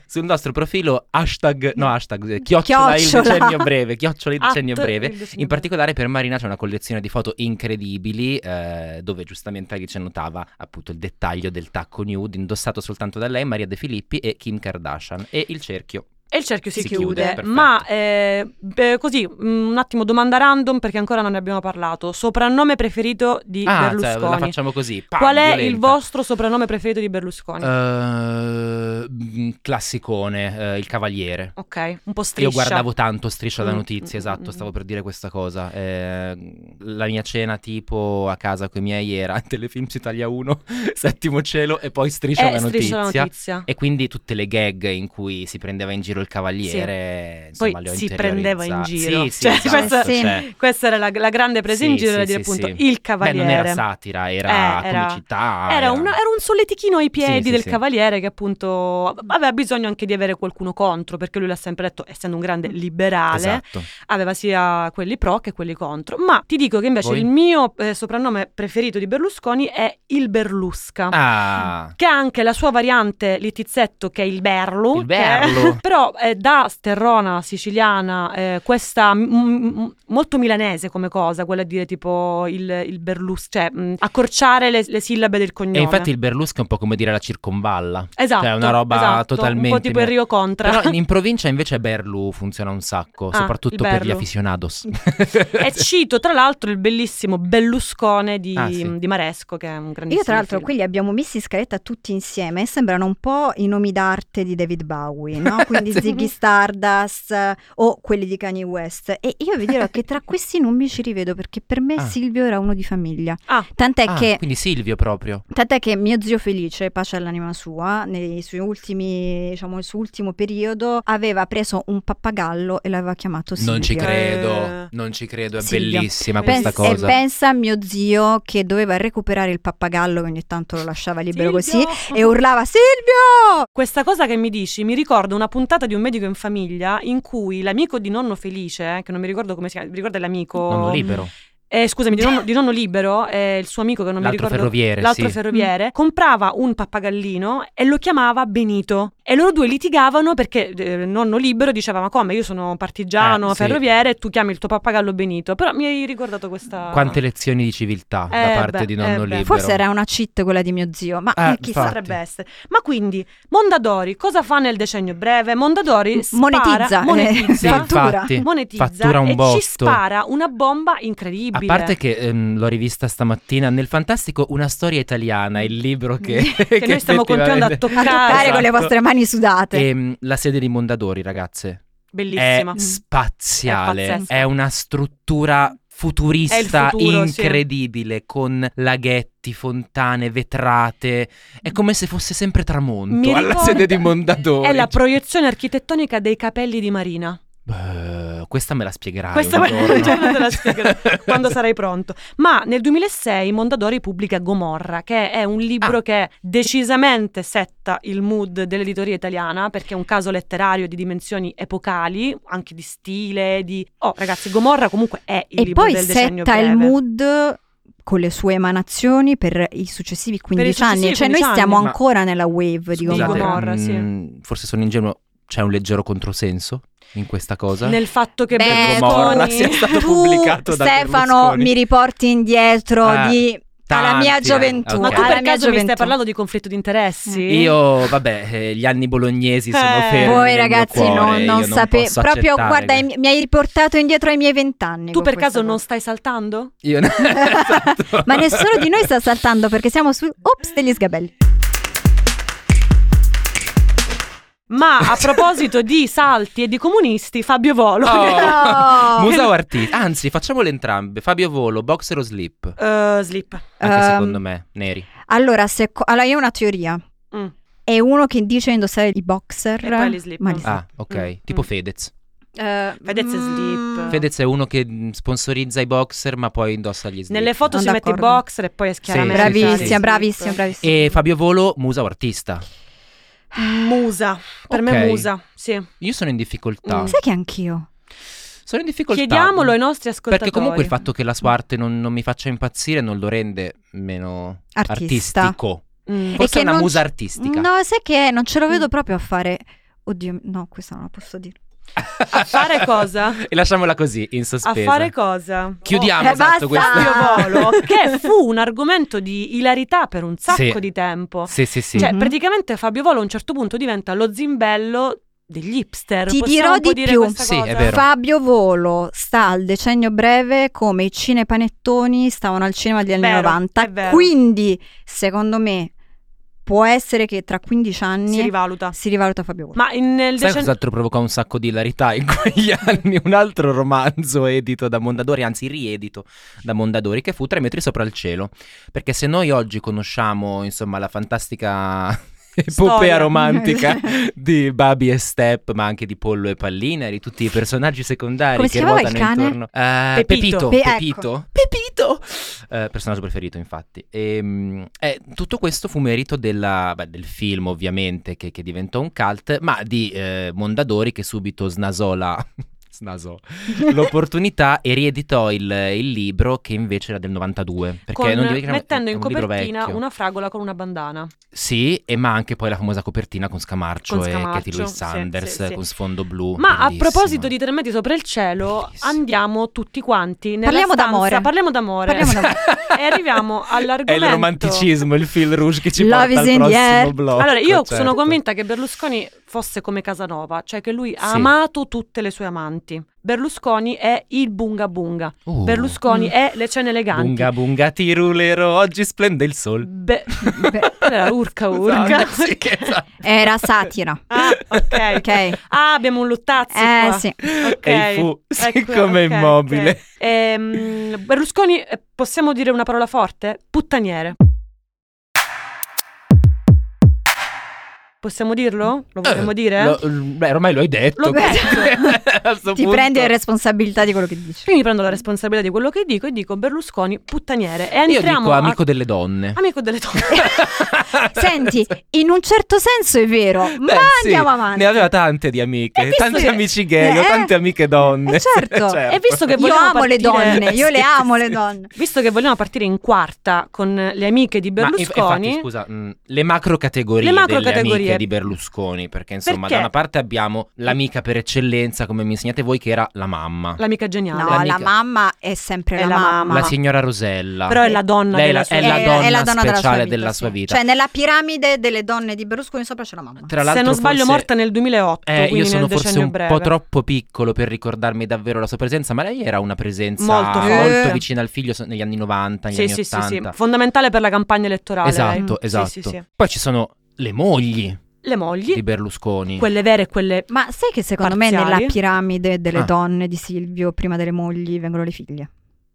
[SPEAKER 1] sul nostro profilo hashtag, no hashtag, eh, chiocciola,
[SPEAKER 2] Chiocciola.
[SPEAKER 1] il decennio breve, chiocciola il decennio
[SPEAKER 3] At
[SPEAKER 1] breve.
[SPEAKER 3] il decennio
[SPEAKER 1] In particolare per Marina c'è una collezione di foto incredibili eh, dove giustamente Alice notava appunto il dettaglio del tacco nude indossato soltanto da lei, Maria De Filippi e Kim Kardashian e il cerchio.
[SPEAKER 3] E il cerchio si,
[SPEAKER 1] Si chiude,
[SPEAKER 3] chiude,
[SPEAKER 1] perfetto.
[SPEAKER 3] ma eh, beh, così mh, un attimo domanda random perché ancora non ne abbiamo parlato. Soprannome preferito di
[SPEAKER 1] Ah, cioè, la
[SPEAKER 3] Berlusconi.
[SPEAKER 1] facciamo così. pam,
[SPEAKER 3] Qual è il
[SPEAKER 1] violenta.
[SPEAKER 3] vostro soprannome preferito di Berlusconi?
[SPEAKER 1] Eh, mm, classicone, eh, il cavaliere.
[SPEAKER 3] ok, un po'
[SPEAKER 1] Io
[SPEAKER 3] striscia.
[SPEAKER 1] guardavo tanto Striscia da
[SPEAKER 3] Mm,
[SPEAKER 1] Notizie,
[SPEAKER 3] mm, mm,
[SPEAKER 1] esatto,
[SPEAKER 3] mm.
[SPEAKER 1] stavo per dire questa cosa. Eh, la mia cena tipo a casa con i miei era Telefilms Italia 1, Settimo Cielo e poi Striscia,
[SPEAKER 3] Eh,
[SPEAKER 1] da,
[SPEAKER 3] striscia
[SPEAKER 1] notizia.
[SPEAKER 3] la notizia.
[SPEAKER 1] E quindi tutte le gag in cui si prendeva in giro il cavaliere, insomma,
[SPEAKER 3] Poi
[SPEAKER 1] le ho
[SPEAKER 3] si prendeva in
[SPEAKER 1] interiorizza-
[SPEAKER 3] giro.
[SPEAKER 1] Sì, sì,
[SPEAKER 3] Cioè,
[SPEAKER 1] esatto,
[SPEAKER 3] questo-
[SPEAKER 2] Sì.
[SPEAKER 1] cioè.
[SPEAKER 3] Questa era la, la grande presa in
[SPEAKER 1] Sì,
[SPEAKER 3] giro
[SPEAKER 1] sì,
[SPEAKER 3] era dire
[SPEAKER 1] sì,
[SPEAKER 3] appunto
[SPEAKER 1] sì.
[SPEAKER 3] il
[SPEAKER 1] Beh,
[SPEAKER 3] cavaliere.
[SPEAKER 1] non era satira, era
[SPEAKER 3] Eh, era-
[SPEAKER 1] comicità.
[SPEAKER 3] Era un, era un solletichino ai piedi
[SPEAKER 1] sì,
[SPEAKER 3] del
[SPEAKER 1] sì.
[SPEAKER 3] cavaliere che appunto aveva bisogno anche di avere qualcuno contro, perché lui l'ha sempre detto, essendo un grande liberale,
[SPEAKER 1] Esatto.
[SPEAKER 3] aveva sia quelli pro che quelli contro. Ma ti dico che invece
[SPEAKER 1] Voi?
[SPEAKER 3] il mio eh, soprannome preferito di Berlusconi è il Berlusca.
[SPEAKER 1] Ah,
[SPEAKER 3] Che ha anche la sua variante litizzetto che è il Berlu.
[SPEAKER 1] Il
[SPEAKER 3] che-
[SPEAKER 1] Berlu.
[SPEAKER 3] però eh, da sterrona siciliana, eh, questa m- m- molto milanese come cosa, quella di dire tipo il, il Berlus, cioè mh, accorciare le, le sillabe del cognome.
[SPEAKER 1] e infatti il Berlusca è un po' come dire la circonvalla.
[SPEAKER 3] Esatto,
[SPEAKER 1] Cioè, è una roba
[SPEAKER 3] esatto, Un po'
[SPEAKER 1] totalmente
[SPEAKER 3] tipo il
[SPEAKER 1] mia-
[SPEAKER 3] Rio Contra.
[SPEAKER 1] Però in, in provincia invece Berlu funziona un sacco,
[SPEAKER 3] Ah, il
[SPEAKER 1] soprattutto per gli
[SPEAKER 3] Berlu.
[SPEAKER 1] aficionados.
[SPEAKER 3] E cito tra l'altro il bellissimo Belluscone di,
[SPEAKER 1] Ah, sì.
[SPEAKER 3] di Maresco, che è un grandissimo
[SPEAKER 2] Io tra l'altro
[SPEAKER 3] film.
[SPEAKER 2] qui li abbiamo messi in scaletta tutti insieme e sembrano un po' i nomi d'arte di David Bowie, no? Quindi
[SPEAKER 1] Sì.
[SPEAKER 2] Ziggy Stardust eh, o quelli di Kanye West. E io vi dirò che tra questi nomi ci rivedo perché per me
[SPEAKER 1] Ah.
[SPEAKER 2] Silvio era uno di famiglia.
[SPEAKER 3] Ah.
[SPEAKER 2] Tant'è
[SPEAKER 1] Ah,
[SPEAKER 2] che
[SPEAKER 1] quindi Silvio proprio.
[SPEAKER 2] Tant'è che mio zio Felice, pace all'anima sua, nei suoi ultimi, diciamo, nel suo ultimo periodo, aveva preso un pappagallo e l'aveva chiamato Silvio.
[SPEAKER 1] Non ci credo,
[SPEAKER 3] Eh.
[SPEAKER 1] non ci credo, è
[SPEAKER 2] Silvio.
[SPEAKER 1] bellissima
[SPEAKER 3] Pens-
[SPEAKER 1] questa
[SPEAKER 2] e
[SPEAKER 1] cosa.
[SPEAKER 2] pensa a mio zio che doveva recuperare il pappagallo che ogni tanto lo lasciava libero
[SPEAKER 3] Silvio!
[SPEAKER 2] così e urlava Silvio!
[SPEAKER 3] eh, Questa cosa che mi dici mi ricorda una puntata di Un medico in famiglia in cui l'amico di nonno Felice, eh, che non mi ricordo come si chiama, mi ricorda l'amico...
[SPEAKER 1] Nonno libero,
[SPEAKER 3] Eh, scusami, di nonno, di nonno libero, eh, il suo amico che non mi
[SPEAKER 1] l'altro
[SPEAKER 3] ricordo...
[SPEAKER 1] ferroviere,
[SPEAKER 3] l'altro
[SPEAKER 1] sì.
[SPEAKER 3] ferroviere, comprava un pappagallino e lo chiamava Benito. E loro due litigavano perché eh, nonno libero diceva: Ma come? Io sono partigiano,
[SPEAKER 1] Eh, sì.
[SPEAKER 3] ferroviere, e tu chiami il tuo pappagallo Benito. Però mi hai ricordato questa.
[SPEAKER 1] Quante lezioni di civiltà da
[SPEAKER 3] Eh,
[SPEAKER 1] parte
[SPEAKER 3] beh,
[SPEAKER 1] di nonno
[SPEAKER 3] eh, beh.
[SPEAKER 1] libero.
[SPEAKER 2] Forse era una cheat quella di mio zio, ma
[SPEAKER 1] Ah,
[SPEAKER 2] eh, chissà.
[SPEAKER 1] infatti.
[SPEAKER 3] Potrebbe essere. Ma quindi Mondadori cosa fa nel decennio breve? Mondadori spara,
[SPEAKER 2] Monetizza, eh,
[SPEAKER 3] monetizza,
[SPEAKER 1] Sì,
[SPEAKER 2] fattura.
[SPEAKER 1] infatti.
[SPEAKER 3] monetizza
[SPEAKER 1] Fattura un
[SPEAKER 3] e
[SPEAKER 1] botto.
[SPEAKER 3] ci spara una bomba
[SPEAKER 1] A
[SPEAKER 3] incredibile.
[SPEAKER 1] parte che ehm, l'ho rivista stamattina nel fantastico Una storia italiana, il libro che,
[SPEAKER 3] che noi stiamo continuando a
[SPEAKER 1] effettivamente-
[SPEAKER 2] A toccare
[SPEAKER 3] toccare,
[SPEAKER 2] con le
[SPEAKER 1] Esatto.
[SPEAKER 2] vostre mani sudate.
[SPEAKER 1] Ehm, la sede di Mondadori, ragazze,
[SPEAKER 3] bellissima. Mm.
[SPEAKER 1] è spaziale.
[SPEAKER 3] È
[SPEAKER 1] È,
[SPEAKER 3] pazzesca.
[SPEAKER 1] una struttura futurista
[SPEAKER 3] È il futuro, sì.
[SPEAKER 1] incredibile, con laghetti, fontane, vetrate. È come se fosse sempre tramonto
[SPEAKER 3] Mi
[SPEAKER 1] alla
[SPEAKER 3] ricorda-
[SPEAKER 1] sede di Mondadori.
[SPEAKER 3] È la proiezione architettonica dei capelli di Marina.
[SPEAKER 1] Beh, questa me la spiegherai.
[SPEAKER 3] Questa
[SPEAKER 1] un
[SPEAKER 3] me-
[SPEAKER 1] giorno.
[SPEAKER 3] un giorno te la spiegherò, quando sarai pronto. Ma nel 2006 Mondadori pubblica Gomorra, che è un libro
[SPEAKER 1] Ah.
[SPEAKER 3] che decisamente setta il mood dell'editoria italiana, perché è un caso letterario di dimensioni epocali, anche di stile, di... Oh ragazzi, Gomorra comunque è il
[SPEAKER 2] e
[SPEAKER 3] libro
[SPEAKER 2] poi
[SPEAKER 3] del decennio
[SPEAKER 2] setta il
[SPEAKER 3] breve.
[SPEAKER 2] mood con le sue emanazioni per i successivi 15 anni.
[SPEAKER 3] successivi
[SPEAKER 2] Cioè,
[SPEAKER 3] 15
[SPEAKER 2] noi stiamo
[SPEAKER 1] anni, ma-
[SPEAKER 2] ancora nella wave di
[SPEAKER 3] Scusate,
[SPEAKER 2] Gomorra.
[SPEAKER 3] Gomorra, sì.
[SPEAKER 1] mm, Forse sono ingenuo. C'è un leggero controsenso in questa cosa.
[SPEAKER 3] Nel fatto che
[SPEAKER 2] Beh,
[SPEAKER 1] Gomorra
[SPEAKER 3] Berlusconi-
[SPEAKER 1] sia stato
[SPEAKER 2] tu,
[SPEAKER 1] pubblicato da
[SPEAKER 2] Stefano,
[SPEAKER 1] Berlusconi.
[SPEAKER 2] mi riporti indietro
[SPEAKER 1] Eh,
[SPEAKER 2] di alla
[SPEAKER 1] tanti
[SPEAKER 2] mia
[SPEAKER 1] anni,
[SPEAKER 2] gioventù.
[SPEAKER 1] ok.
[SPEAKER 3] Ma tu
[SPEAKER 2] Alla
[SPEAKER 3] per
[SPEAKER 2] mia
[SPEAKER 3] caso mi stai
[SPEAKER 2] gioventù.
[SPEAKER 3] parlando di conflitto di interessi?
[SPEAKER 2] Mm.
[SPEAKER 1] Io, vabbè, eh, gli anni bolognesi sono
[SPEAKER 3] Eh.
[SPEAKER 1] fermi.
[SPEAKER 2] voi
[SPEAKER 1] nel mio
[SPEAKER 2] ragazzi
[SPEAKER 1] cuore,
[SPEAKER 2] no-
[SPEAKER 1] io
[SPEAKER 2] non, sapete
[SPEAKER 1] posso
[SPEAKER 2] proprio
[SPEAKER 1] accettare
[SPEAKER 2] guarda
[SPEAKER 1] que-
[SPEAKER 2] i- mi hai riportato indietro ai miei vent'anni
[SPEAKER 3] Tu
[SPEAKER 2] con
[SPEAKER 3] per
[SPEAKER 2] questa
[SPEAKER 3] caso
[SPEAKER 2] cosa.
[SPEAKER 3] non stai saltando?
[SPEAKER 1] Io... Esatto.
[SPEAKER 2] ma nessuno di noi sta saltando perché siamo su ops degli sgabelli
[SPEAKER 3] Ma a proposito di salti e di comunisti, Fabio Volo.
[SPEAKER 1] Oh.
[SPEAKER 2] No.
[SPEAKER 1] Musa o artista? Anzi, facciamole entrambe. Fabio Volo, boxer o slip?
[SPEAKER 3] Eh, slip.
[SPEAKER 1] Anche
[SPEAKER 2] Ehm,
[SPEAKER 1] secondo me, neri.
[SPEAKER 2] allora, se co- allora io ho una teoria
[SPEAKER 3] Mm.
[SPEAKER 2] è uno che dice indossare i boxer
[SPEAKER 3] E poi li slip.
[SPEAKER 2] ma li
[SPEAKER 1] Ah, ok.
[SPEAKER 3] Mm,
[SPEAKER 1] Tipo
[SPEAKER 3] mm.
[SPEAKER 1] Fedez.
[SPEAKER 2] Eh,
[SPEAKER 3] Fedez e
[SPEAKER 2] mm,
[SPEAKER 3] slip.
[SPEAKER 1] Fedez è uno che mh, sponsorizza i boxer, ma poi indossa gli slip.
[SPEAKER 3] Nelle foto
[SPEAKER 2] Sono
[SPEAKER 3] si mette i
[SPEAKER 2] d'accordo.
[SPEAKER 3] boxer e poi è chiaramente
[SPEAKER 1] Sì, sì,
[SPEAKER 2] bravissima,
[SPEAKER 1] sì,
[SPEAKER 3] slip.
[SPEAKER 2] bravissima, bravissima.
[SPEAKER 1] E Fabio Volo, musa o artista?
[SPEAKER 3] Musa, per me
[SPEAKER 1] Ok.
[SPEAKER 3] musa, sì.
[SPEAKER 1] Io sono in difficoltà.
[SPEAKER 3] Mm.
[SPEAKER 2] Sai che anch'io?
[SPEAKER 1] Sono in difficoltà.
[SPEAKER 3] Chiediamolo ai nostri ascoltatori.
[SPEAKER 1] Perché comunque il fatto che la sua arte non, non mi faccia impazzire non lo rende meno
[SPEAKER 2] Artista.
[SPEAKER 1] artistico.
[SPEAKER 3] Mm.
[SPEAKER 1] Forse
[SPEAKER 2] che
[SPEAKER 1] è una
[SPEAKER 2] non
[SPEAKER 1] musa
[SPEAKER 2] c-
[SPEAKER 1] artistica.
[SPEAKER 2] No, sai che non ce lo vedo
[SPEAKER 3] Mm.
[SPEAKER 2] proprio a fare. Oddio, no, questa non la posso dire.
[SPEAKER 1] A
[SPEAKER 3] fare cosa?
[SPEAKER 1] e lasciamola così, in
[SPEAKER 3] A
[SPEAKER 1] sospeso.
[SPEAKER 3] fare cosa?
[SPEAKER 1] Chiudiamo
[SPEAKER 2] Eh, basta!
[SPEAKER 1] esatto questo.
[SPEAKER 3] Fabio Volo, che fu un argomento di ilarità per un sacco
[SPEAKER 1] Sì.
[SPEAKER 3] di tempo.
[SPEAKER 1] Sì, sì, sì.
[SPEAKER 3] Cioè,
[SPEAKER 2] Mhm.
[SPEAKER 3] praticamente Fabio Volo a un certo punto diventa lo zimbello degli hipster.
[SPEAKER 2] Ti
[SPEAKER 3] possiamo
[SPEAKER 2] dirò
[SPEAKER 3] un po'
[SPEAKER 2] di
[SPEAKER 3] dire
[SPEAKER 2] più.
[SPEAKER 3] questa
[SPEAKER 1] Sì, è
[SPEAKER 3] cosa?
[SPEAKER 1] vero.
[SPEAKER 2] Fabio Volo sta al decennio breve come i cinepanettoni stavano al cinema degli anni
[SPEAKER 3] Vero,
[SPEAKER 2] 90.
[SPEAKER 3] è vero.
[SPEAKER 2] Quindi, secondo me, può essere che tra 15 anni
[SPEAKER 3] Si
[SPEAKER 2] si,
[SPEAKER 3] rivaluta.
[SPEAKER 2] rivaluta Fabio Volo.
[SPEAKER 3] Ma in- nel
[SPEAKER 1] Sai
[SPEAKER 3] decennio...
[SPEAKER 1] cos'altro provocò un sacco di ilarità in quegli anni? Un altro romanzo edito da Mondadori, anzi riedito da Mondadori, che fu Tre metri sopra il cielo. Perché se noi oggi conosciamo, insomma, la fantastica epopea
[SPEAKER 3] Storia.
[SPEAKER 1] romantica di Babi e Step, ma anche di Pollo e Pallina, e di tutti i personaggi secondari
[SPEAKER 2] Come si
[SPEAKER 1] che
[SPEAKER 2] chiamava
[SPEAKER 1] ruotano
[SPEAKER 2] il cane?
[SPEAKER 1] intorno. Eh,
[SPEAKER 3] Pepito.
[SPEAKER 1] Pepito.
[SPEAKER 2] Pe-
[SPEAKER 1] Pepito. Pepito! Eh, personaggio preferito, infatti. E, mm, eh, tutto questo fu merito della- beh, del film, ovviamente, che, che diventò un cult, ma di eh, Mondadori che subito snasò la- snasò l'opportunità e rieditò il, il libro che invece era del 92. Perché
[SPEAKER 3] con-
[SPEAKER 1] non dimentichiamo-
[SPEAKER 3] mettendo
[SPEAKER 1] è
[SPEAKER 3] in
[SPEAKER 1] un libro
[SPEAKER 3] copertina
[SPEAKER 1] vecchio.
[SPEAKER 3] una fragola con una bandana.
[SPEAKER 1] Sì, e ma anche poi la famosa copertina con Scamarcio,
[SPEAKER 3] Con
[SPEAKER 1] e Katie
[SPEAKER 3] Scamarcio,
[SPEAKER 1] Louise
[SPEAKER 3] sì,
[SPEAKER 1] Sanders
[SPEAKER 3] sì, sì.
[SPEAKER 1] con sfondo blu.
[SPEAKER 3] Ma a
[SPEAKER 1] bellissimo.
[SPEAKER 3] proposito di Tre metri sopra il cielo,
[SPEAKER 1] Bellissimo.
[SPEAKER 3] andiamo tutti quanti nella
[SPEAKER 2] Parliamo
[SPEAKER 3] stanza-
[SPEAKER 2] d'amore.
[SPEAKER 3] Parliamo d'amore.
[SPEAKER 2] Parliamo d'amore.
[SPEAKER 3] e arriviamo
[SPEAKER 1] È
[SPEAKER 3] all'argomento.
[SPEAKER 1] il romanticismo, il fil rouge che ci
[SPEAKER 2] Love is
[SPEAKER 1] porta al
[SPEAKER 2] in the
[SPEAKER 1] prossimo
[SPEAKER 2] air.
[SPEAKER 1] blocco.
[SPEAKER 3] Allora, io sono
[SPEAKER 1] certo.
[SPEAKER 3] convinta che Berlusconi fosse come Casanova, cioè che lui ha
[SPEAKER 1] Sì.
[SPEAKER 3] amato tutte le sue amanti. Berlusconi è il bunga bunga.
[SPEAKER 1] Uh.
[SPEAKER 3] Berlusconi
[SPEAKER 2] Mm.
[SPEAKER 3] è le cene eleganti.
[SPEAKER 1] Bunga bunga ti rulerò, oggi splende il sole.
[SPEAKER 3] Be-
[SPEAKER 2] Beh,
[SPEAKER 3] era urca urca.
[SPEAKER 1] Esatto, sì, esatto.
[SPEAKER 2] Era satira.
[SPEAKER 3] Ah, ok.
[SPEAKER 2] Ok?
[SPEAKER 3] Ah, abbiamo un lottazzo
[SPEAKER 2] Eh
[SPEAKER 3] qua.
[SPEAKER 2] sì.
[SPEAKER 3] Ok.
[SPEAKER 1] E fu
[SPEAKER 3] Ecco,
[SPEAKER 1] siccome
[SPEAKER 3] ok,
[SPEAKER 1] immobile.
[SPEAKER 3] ok. Ehm, Berlusconi, eh, possiamo dire una parola forte? Puttaniere. Possiamo dirlo? Lo vogliamo
[SPEAKER 1] Eh,
[SPEAKER 3] dire?
[SPEAKER 1] lo- beh, ormai lo hai detto.
[SPEAKER 3] L'ho
[SPEAKER 1] quindi-
[SPEAKER 3] detto.
[SPEAKER 1] a sto
[SPEAKER 2] Ti
[SPEAKER 1] punto-
[SPEAKER 2] prendi responsabilità di quello che dici.
[SPEAKER 3] Io mi prendo la responsabilità di quello che dico e dico Berlusconi puttaniere. E
[SPEAKER 1] Io
[SPEAKER 3] entriamo
[SPEAKER 1] dico
[SPEAKER 3] a- Ah,
[SPEAKER 1] amico delle donne.
[SPEAKER 3] amico delle donne.
[SPEAKER 2] Senti, in un certo senso è vero, ma
[SPEAKER 1] Beh, sì,
[SPEAKER 2] andiamo avanti.
[SPEAKER 1] Ne aveva tante di amiche,
[SPEAKER 2] visto
[SPEAKER 1] tanti
[SPEAKER 2] che-
[SPEAKER 1] amici gay, ho
[SPEAKER 2] Eh,
[SPEAKER 1] tante amiche donne.
[SPEAKER 2] eh, certo.
[SPEAKER 3] E visto che
[SPEAKER 2] Io
[SPEAKER 3] vogliamo
[SPEAKER 2] amo le
[SPEAKER 3] partire-
[SPEAKER 2] donne, io le
[SPEAKER 1] Sì,
[SPEAKER 2] amo
[SPEAKER 1] sì,
[SPEAKER 2] le
[SPEAKER 1] sì.
[SPEAKER 2] donne.
[SPEAKER 3] Visto che vogliamo partire in quarta con le amiche di
[SPEAKER 1] Ma inf-
[SPEAKER 3] Berlusconi.
[SPEAKER 1] infatti, scusa, mh, le macro categorie
[SPEAKER 3] Le macro
[SPEAKER 1] delle
[SPEAKER 3] categorie.
[SPEAKER 1] amiche di Berlusconi, perché insomma
[SPEAKER 3] Perché?
[SPEAKER 1] da una parte abbiamo l'amica per eccellenza, come mi insegnate voi, che era la mamma, la,
[SPEAKER 3] L'amica
[SPEAKER 2] No,
[SPEAKER 3] geniale.
[SPEAKER 1] L'amica-
[SPEAKER 2] la mamma è sempre
[SPEAKER 3] È
[SPEAKER 2] la,
[SPEAKER 3] la
[SPEAKER 2] mamma.
[SPEAKER 3] mamma.
[SPEAKER 1] signora Rosella.
[SPEAKER 3] Però è la donna
[SPEAKER 1] Lei è
[SPEAKER 3] della
[SPEAKER 1] la-
[SPEAKER 3] sua Eh,
[SPEAKER 1] è la
[SPEAKER 3] vita.
[SPEAKER 1] donna
[SPEAKER 2] della sua
[SPEAKER 1] speciale
[SPEAKER 2] vita,
[SPEAKER 1] della
[SPEAKER 2] sì.
[SPEAKER 1] sua vita.
[SPEAKER 2] Cioè, nella piramide delle donne di Berlusconi sopra c'è la mamma.
[SPEAKER 1] Tra
[SPEAKER 3] Se
[SPEAKER 1] l'altro
[SPEAKER 3] non sbaglio
[SPEAKER 1] forse-
[SPEAKER 3] morta nel 2008,
[SPEAKER 1] Eh, io
[SPEAKER 3] quindi
[SPEAKER 1] sono
[SPEAKER 3] nel
[SPEAKER 1] forse
[SPEAKER 3] decennio
[SPEAKER 1] un
[SPEAKER 3] breve.
[SPEAKER 1] po' troppo piccolo per ricordarmi davvero la sua presenza, ma lei era una presenza
[SPEAKER 3] Molto
[SPEAKER 1] molto,
[SPEAKER 3] forte.
[SPEAKER 1] vicina al figlio so- negli anni 90, negli
[SPEAKER 3] Sì,
[SPEAKER 1] anni
[SPEAKER 3] sì, sì,
[SPEAKER 1] 80.
[SPEAKER 3] sì. Fondamentale per la campagna elettorale. lei.
[SPEAKER 1] Esatto,
[SPEAKER 3] Sì,
[SPEAKER 1] esatto.
[SPEAKER 3] sì, sì.
[SPEAKER 1] Poi ci sono le mogli
[SPEAKER 3] Le mogli,
[SPEAKER 1] di Berlusconi.
[SPEAKER 3] quelle vere e quelle...
[SPEAKER 2] Ma sai che secondo me
[SPEAKER 3] Parziali.
[SPEAKER 2] nella piramide delle
[SPEAKER 1] Ah. Mm-hmm.
[SPEAKER 2] donne di Silvio, prima delle mogli, vengono le figlie.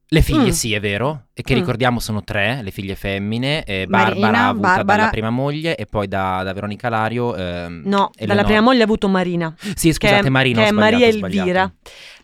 [SPEAKER 1] Le figlie,
[SPEAKER 3] Mm.
[SPEAKER 1] sì, è vero, e che
[SPEAKER 3] Mm.
[SPEAKER 1] ricordiamo sono tre, le figlie femmine, eh, Barbara
[SPEAKER 2] Marina,
[SPEAKER 1] avuta
[SPEAKER 2] Barbara-
[SPEAKER 1] dalla prima moglie e poi da, da Veronica Lario. ehm,
[SPEAKER 3] No, dalla
[SPEAKER 1] Eleonora.
[SPEAKER 3] prima moglie ha avuto Marina,
[SPEAKER 1] Sì, scusate,
[SPEAKER 3] che,
[SPEAKER 1] Marina,
[SPEAKER 3] che
[SPEAKER 1] ho
[SPEAKER 3] è
[SPEAKER 1] sbagliato,
[SPEAKER 3] Maria
[SPEAKER 1] ho sbagliato.
[SPEAKER 3] Elvira.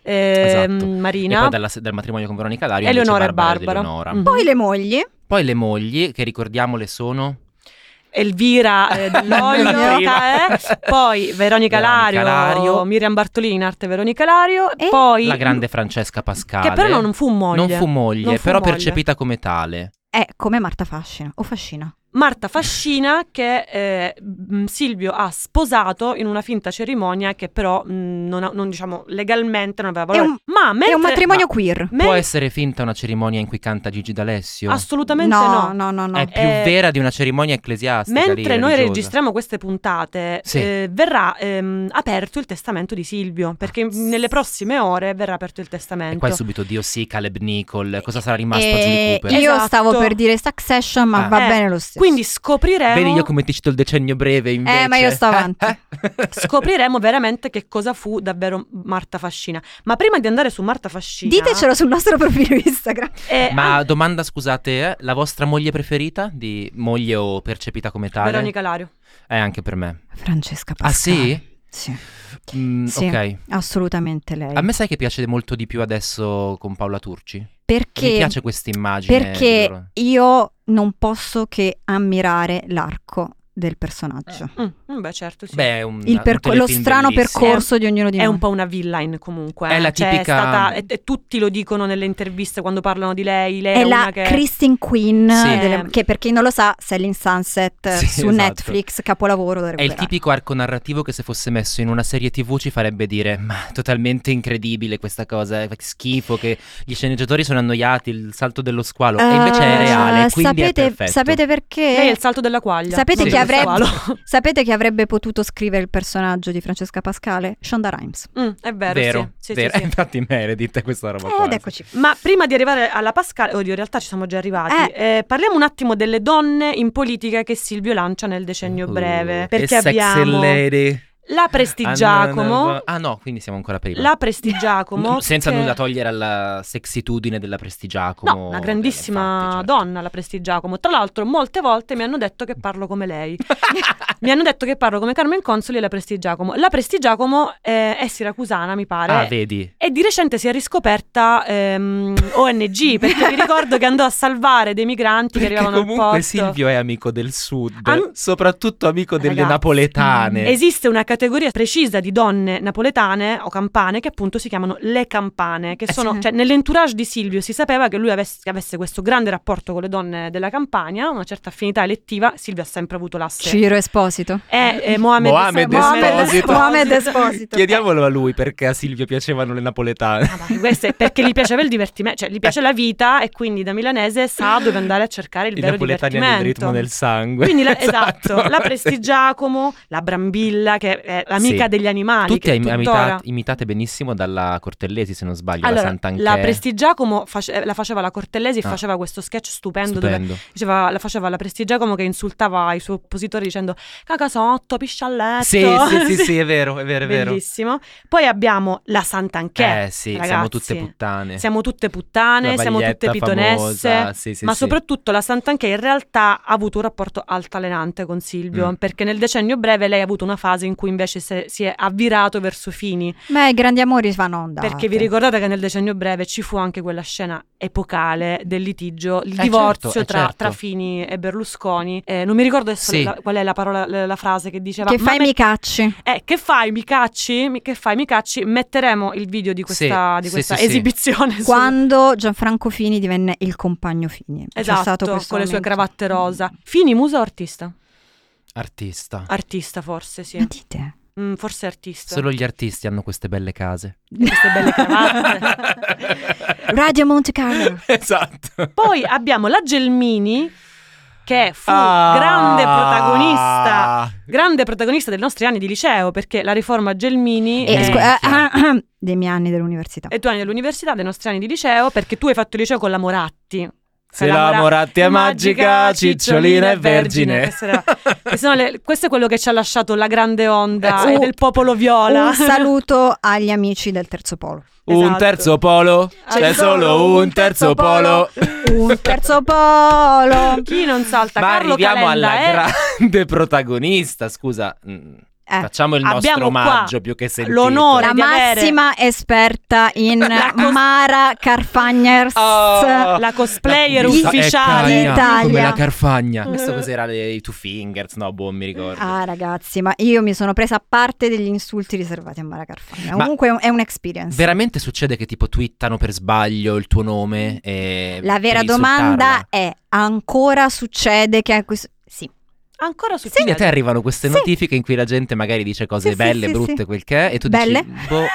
[SPEAKER 3] Ehm,
[SPEAKER 1] Esatto. E
[SPEAKER 3] Marina,
[SPEAKER 1] poi dalla- dal matrimonio con Veronica Lario invece
[SPEAKER 3] Eleonora e
[SPEAKER 1] Barbara ed
[SPEAKER 3] Barbara.
[SPEAKER 1] Eleonora.
[SPEAKER 3] Mhm.
[SPEAKER 2] Poi le mogli,
[SPEAKER 1] Poi le mogli, che ricordiamole sono...
[SPEAKER 3] Elvira eh,
[SPEAKER 2] La
[SPEAKER 3] dell'Olio,
[SPEAKER 1] prima.
[SPEAKER 3] eh, poi Veronica
[SPEAKER 1] Veronica
[SPEAKER 3] Lario,
[SPEAKER 1] Lario.
[SPEAKER 3] Miriam Bartolini in arte Veronica Lario,
[SPEAKER 2] E
[SPEAKER 3] poi
[SPEAKER 1] la grande Francesca Pascale.
[SPEAKER 3] mm. che però non fu moglie.
[SPEAKER 1] Non fu moglie,
[SPEAKER 3] Non fu
[SPEAKER 1] però
[SPEAKER 3] moglie.
[SPEAKER 1] percepita come tale.
[SPEAKER 2] è come Marta Fascina o Fascina.
[SPEAKER 3] Marta Fascina che eh, mh, Silvio ha sposato in una finta cerimonia che però mh, non, ha- non, diciamo legalmente non aveva
[SPEAKER 2] È
[SPEAKER 3] valore.
[SPEAKER 2] un-
[SPEAKER 3] ma mentre,
[SPEAKER 2] È un matrimonio
[SPEAKER 3] ma-
[SPEAKER 2] queer.
[SPEAKER 3] me-
[SPEAKER 1] Può essere finta una cerimonia in cui canta Gigi D'Alessio?
[SPEAKER 3] assolutamente
[SPEAKER 2] No, no, no, no.
[SPEAKER 1] È più
[SPEAKER 3] Eh,
[SPEAKER 1] vera di una cerimonia ecclesiastica. lì,
[SPEAKER 3] Mentre noi
[SPEAKER 1] religiosa.
[SPEAKER 3] registriamo queste puntate,
[SPEAKER 1] Sì.
[SPEAKER 3] eh, verrà ehm, aperto il testamento di Silvio, perché
[SPEAKER 2] Ah,
[SPEAKER 3] nelle prossime ore verrà aperto il
[SPEAKER 1] E
[SPEAKER 3] testamento.
[SPEAKER 1] poi subito Dio sì, Caleb Nicol. eh, Cosa sarà rimasto a Julie
[SPEAKER 2] E
[SPEAKER 1] Cooper?
[SPEAKER 2] Eh, io
[SPEAKER 3] Esatto.
[SPEAKER 2] stavo per dire Succession, ma
[SPEAKER 1] Ah.
[SPEAKER 2] va
[SPEAKER 3] Eh,
[SPEAKER 2] bene lo stesso.
[SPEAKER 3] Quindi scopriremo,
[SPEAKER 1] Vedi io come ti cito il decennio breve invece.
[SPEAKER 2] Eh, ma io sto avanti.
[SPEAKER 3] scopriremo veramente che cosa fu davvero Marta Fascina. Ma prima di andare su Marta Fascina,
[SPEAKER 2] Ditecelo sul nostro profilo Instagram.
[SPEAKER 3] eh,
[SPEAKER 1] ma
[SPEAKER 3] an-
[SPEAKER 1] domanda, scusate, eh, la vostra moglie preferita? Di moglie o percepita come tale?
[SPEAKER 3] Veronica Lario.
[SPEAKER 1] Eh, anche per me.
[SPEAKER 2] Francesca Pascale.
[SPEAKER 1] Ah, sì?
[SPEAKER 2] Sì,
[SPEAKER 1] Mm,
[SPEAKER 2] Sì.
[SPEAKER 1] Ok.
[SPEAKER 2] assolutamente lei.
[SPEAKER 1] A me sai che piace molto di più adesso con Paola Turci? Mi
[SPEAKER 2] perché
[SPEAKER 1] piace questa immagine. di loro.
[SPEAKER 2] perché io non posso che ammirare l'arco del personaggio.
[SPEAKER 3] Mm, mm, beh, certo, sì.
[SPEAKER 1] Beh, è un,
[SPEAKER 2] Il
[SPEAKER 1] un
[SPEAKER 2] perco- lo
[SPEAKER 1] telefilm
[SPEAKER 2] strano
[SPEAKER 1] bellissimo.
[SPEAKER 2] percorso di ognuno di
[SPEAKER 3] È
[SPEAKER 2] noi.
[SPEAKER 3] un po' una villain comunque.
[SPEAKER 1] È
[SPEAKER 3] eh.
[SPEAKER 1] la
[SPEAKER 3] Cioè, è
[SPEAKER 1] tipica- mm.
[SPEAKER 3] stata- e, e tutti lo dicono nelle interviste quando parlano di lei. Lei è,
[SPEAKER 2] è la
[SPEAKER 3] una che...
[SPEAKER 2] Christine Queen,
[SPEAKER 1] Sì.
[SPEAKER 2] delle- che per chi non lo sa, Selling Sunset eh,
[SPEAKER 1] Sì,
[SPEAKER 2] su
[SPEAKER 1] esatto.
[SPEAKER 2] Netflix, capolavoro da
[SPEAKER 1] È il
[SPEAKER 2] recuperare.
[SPEAKER 1] tipico arco narrativo che se fosse messo in una serie tv ci farebbe dire ma è totalmente incredibile questa cosa, è schifo che gli sceneggiatori sono annoiati, il salto dello squalo, e invece è
[SPEAKER 3] Ah,
[SPEAKER 2] Eh,
[SPEAKER 1] reale, quindi
[SPEAKER 2] sapete,
[SPEAKER 1] è perfetto.
[SPEAKER 2] sapete perché?
[SPEAKER 3] Lei è il salto della quaglia.
[SPEAKER 2] Sapete
[SPEAKER 3] Non
[SPEAKER 1] chi
[SPEAKER 3] del
[SPEAKER 2] avrebbe-
[SPEAKER 3] cavallo.
[SPEAKER 2] Sapete che avrebbe potuto scrivere il personaggio di Francesca Pascale? Shonda Rhimes.
[SPEAKER 3] Mm, è vero,
[SPEAKER 1] vero,
[SPEAKER 3] sì. Sì,
[SPEAKER 1] vero.
[SPEAKER 3] sì, sì.
[SPEAKER 1] Infatti Meredith è questa roba qua.
[SPEAKER 2] Ed eccoci.
[SPEAKER 3] Ma prima di arrivare alla Pascal, oddio, in realtà ci siamo già arrivati. Eh, parliamo un attimo delle donne in politica che Silvio lancia nel decennio
[SPEAKER 1] Uh,
[SPEAKER 3] breve.
[SPEAKER 1] e
[SPEAKER 3] Perché
[SPEAKER 1] sexy
[SPEAKER 3] abbiamo
[SPEAKER 1] lady.
[SPEAKER 3] la Prestigiacomo.
[SPEAKER 1] Ah no, quindi siamo ancora per
[SPEAKER 3] La Prestigiacomo.
[SPEAKER 1] Senza
[SPEAKER 3] che-
[SPEAKER 1] nulla togliere alla sexitudine della Prestigiacomo.
[SPEAKER 3] No, una grandissima
[SPEAKER 1] infatti, certo.
[SPEAKER 3] donna la Prestigiacomo. Tra l'altro, molte volte mi hanno detto che parlo come lei. mi hanno detto che parlo come Carmen Consoli e la Prestigiacomo. La Prestigiacomo eh, è siracusana, mi pare.
[SPEAKER 1] Ah, vedi.
[SPEAKER 3] E di recente si è riscoperta ehm, ONG, perché vi ricordo che andò a salvare dei migranti che
[SPEAKER 1] Perché
[SPEAKER 3] arrivavano al porto.
[SPEAKER 1] comunque Silvio è amico del sud,
[SPEAKER 3] Ah, n-
[SPEAKER 1] soprattutto amico delle
[SPEAKER 3] Ragazzi,
[SPEAKER 1] napoletane.
[SPEAKER 3] Esiste una categoria precisa di donne napoletane o campane che appunto si chiamano le campane, che
[SPEAKER 1] Eh
[SPEAKER 3] sono,
[SPEAKER 2] sì.
[SPEAKER 3] cioè nell'entourage di Silvio si sapeva che lui avesse, che avesse questo grande rapporto con le donne della Campania, una certa affinità elettiva, Silvio ha sempre avuto l'asse.
[SPEAKER 2] Ciro Esposito.
[SPEAKER 3] è, è Mohamed,
[SPEAKER 1] Mohamed Ah, Esposito.
[SPEAKER 2] Mohamed Esposito.
[SPEAKER 1] Chiediamolo a lui perché a Silvio piacevano le napoletane.
[SPEAKER 3] Ah, ma questo è perché gli piaceva il divertimento, cioè gli piace la vita e quindi da milanese sa dove andare a cercare il
[SPEAKER 1] I
[SPEAKER 3] vero
[SPEAKER 1] napoletani hanno il ritmo
[SPEAKER 3] divertimento.
[SPEAKER 1] del sangue.
[SPEAKER 3] Quindi la, esatto. la
[SPEAKER 1] Prestigiacomo
[SPEAKER 3] Prestigiacomo, la Brambilla che è l'amica
[SPEAKER 1] Sì.
[SPEAKER 3] degli animali.
[SPEAKER 1] Tutte
[SPEAKER 3] che
[SPEAKER 1] im-
[SPEAKER 3] tuttora-
[SPEAKER 1] imita- imitate benissimo dalla Cortellesi, se non sbaglio, la
[SPEAKER 3] Allora,
[SPEAKER 1] Sant'Anchè.
[SPEAKER 3] la Prestigiacomo face- eh, la faceva la Cortellesi e
[SPEAKER 1] Ah.
[SPEAKER 3] faceva questo sketch stupendo, dove
[SPEAKER 1] Stupendo.
[SPEAKER 3] diceva- la faceva la Prestigiacomo che insultava i suoi oppositori dicendo cagasotto, piscialletto.
[SPEAKER 1] Sì, sì, sì, sì, è vero, è vero, è vero.
[SPEAKER 3] Bellissimo. Poi abbiamo la Sant'Anchè.
[SPEAKER 1] Eh sì, siamo
[SPEAKER 3] ragazzi.
[SPEAKER 1] tutte puttane.
[SPEAKER 3] Siamo tutte puttane,
[SPEAKER 1] La
[SPEAKER 3] siamo tutte
[SPEAKER 1] Baglietta
[SPEAKER 3] pitonesse.
[SPEAKER 1] famosa, sì, sì,
[SPEAKER 3] Ma
[SPEAKER 1] sì.
[SPEAKER 3] soprattutto la Sant'Anchè in realtà ha avuto un rapporto altalenante con Silvio,
[SPEAKER 1] Mm.
[SPEAKER 3] perché nel decennio breve lei ha avuto una fase in cui invece se- si è avvirato verso Fini,
[SPEAKER 2] Ma i grandi amori vanno onda.
[SPEAKER 3] perché vi ricordate che nel decennio breve ci fu anche quella scena epocale del litigio, il
[SPEAKER 1] Eh,
[SPEAKER 3] divorzio
[SPEAKER 1] certo, eh,
[SPEAKER 3] tra,
[SPEAKER 1] certo.
[SPEAKER 3] tra Fini e Berlusconi. Eh, non mi ricordo adesso
[SPEAKER 1] Sì.
[SPEAKER 3] la- qual è la parola, la, la frase che diceva.
[SPEAKER 2] Che
[SPEAKER 3] "Ma
[SPEAKER 2] fai
[SPEAKER 3] me-
[SPEAKER 2] mi cacci?
[SPEAKER 3] eh, che fai, mi cacci? Mi- Che fai, mi cacci? Metteremo il video di questa,
[SPEAKER 1] Sì,
[SPEAKER 3] di
[SPEAKER 1] sì,
[SPEAKER 3] questa
[SPEAKER 1] sì, sì.
[SPEAKER 3] esibizione. su-
[SPEAKER 2] Quando Gianfranco Fini divenne il compagno Fini. C'è
[SPEAKER 3] Esatto,
[SPEAKER 2] stato
[SPEAKER 3] con
[SPEAKER 2] questo
[SPEAKER 3] le sue
[SPEAKER 2] momento.
[SPEAKER 3] cravatte rosa. Fini, musa o artista?
[SPEAKER 1] Artista.
[SPEAKER 3] Artista, forse, sì.
[SPEAKER 2] Ma dite.
[SPEAKER 3] Mm, forse artista.
[SPEAKER 1] Solo gli artisti hanno queste belle case.
[SPEAKER 3] Queste belle cravatte.
[SPEAKER 2] Radio Monte Carlo.
[SPEAKER 1] esatto.
[SPEAKER 3] Poi abbiamo la Gelmini, che fu
[SPEAKER 1] Ah.
[SPEAKER 3] grande protagonista. Grande protagonista dei nostri anni di liceo, perché la riforma Gelmini.
[SPEAKER 2] E,
[SPEAKER 3] eh,
[SPEAKER 2] scu-
[SPEAKER 1] Minchia.
[SPEAKER 2] eh, eh, dei miei anni dell'università.
[SPEAKER 3] e tu anni dell'università, dei nostri anni di liceo, perché tu hai fatto il liceo con la Moratti.
[SPEAKER 1] Se
[SPEAKER 3] Con
[SPEAKER 1] la
[SPEAKER 3] Mora-
[SPEAKER 1] Moratti è magica, Cicciolina è vergine.
[SPEAKER 3] Queste era- che sono le- questo è quello che ci ha lasciato la grande onda
[SPEAKER 2] Esatto.
[SPEAKER 3] eh, del popolo viola.
[SPEAKER 2] Un saluto agli amici del terzo polo.
[SPEAKER 1] Un
[SPEAKER 3] Esatto.
[SPEAKER 1] terzo polo,
[SPEAKER 3] C'è
[SPEAKER 1] c'è solo un terzo polo.
[SPEAKER 2] Un terzo polo.
[SPEAKER 3] Chi non salta?
[SPEAKER 1] Ma
[SPEAKER 3] Carlo
[SPEAKER 1] arriviamo
[SPEAKER 3] Calenda, eh?
[SPEAKER 1] alla grande protagonista, scusa. mm,
[SPEAKER 2] Eh,
[SPEAKER 1] Facciamo il nostro
[SPEAKER 3] abbiamo qua
[SPEAKER 1] omaggio più che sentito.
[SPEAKER 3] l'onore.
[SPEAKER 2] La
[SPEAKER 3] di avere-
[SPEAKER 2] massima esperta in
[SPEAKER 3] La cos-
[SPEAKER 2] Mara Carfagners.
[SPEAKER 1] Oh,
[SPEAKER 3] La cosplayer
[SPEAKER 1] La
[SPEAKER 2] Di-
[SPEAKER 3] ufficiale.
[SPEAKER 1] è cara,
[SPEAKER 2] d'Italia.
[SPEAKER 1] Come la carfagna. Questo cos'era le- i Two Fingers? No, boh, mi ricordo.
[SPEAKER 2] Ah ragazzi, ma io mi sono presa a parte degli insulti riservati a Mara Carfagna.
[SPEAKER 1] Ma-
[SPEAKER 2] Comunque è un- è
[SPEAKER 3] Eh,
[SPEAKER 2] un'experience.
[SPEAKER 1] Veramente succede che tipo twittano per sbaglio il tuo
[SPEAKER 3] Mm.
[SPEAKER 1] nome? E
[SPEAKER 2] La vera
[SPEAKER 1] per
[SPEAKER 2] domanda
[SPEAKER 1] insultarla?
[SPEAKER 2] è: ancora succede che a questo. Sì,
[SPEAKER 3] Ancora
[SPEAKER 1] Quindi
[SPEAKER 3] succede.
[SPEAKER 1] a te arrivano queste
[SPEAKER 2] Sì.
[SPEAKER 1] notifiche in cui la gente magari dice cose
[SPEAKER 2] Sì, sì,
[SPEAKER 1] belle,
[SPEAKER 2] sì,
[SPEAKER 1] brutte,
[SPEAKER 2] sì.
[SPEAKER 1] quel che è, e tu
[SPEAKER 2] belle.
[SPEAKER 1] dici, boh, eh,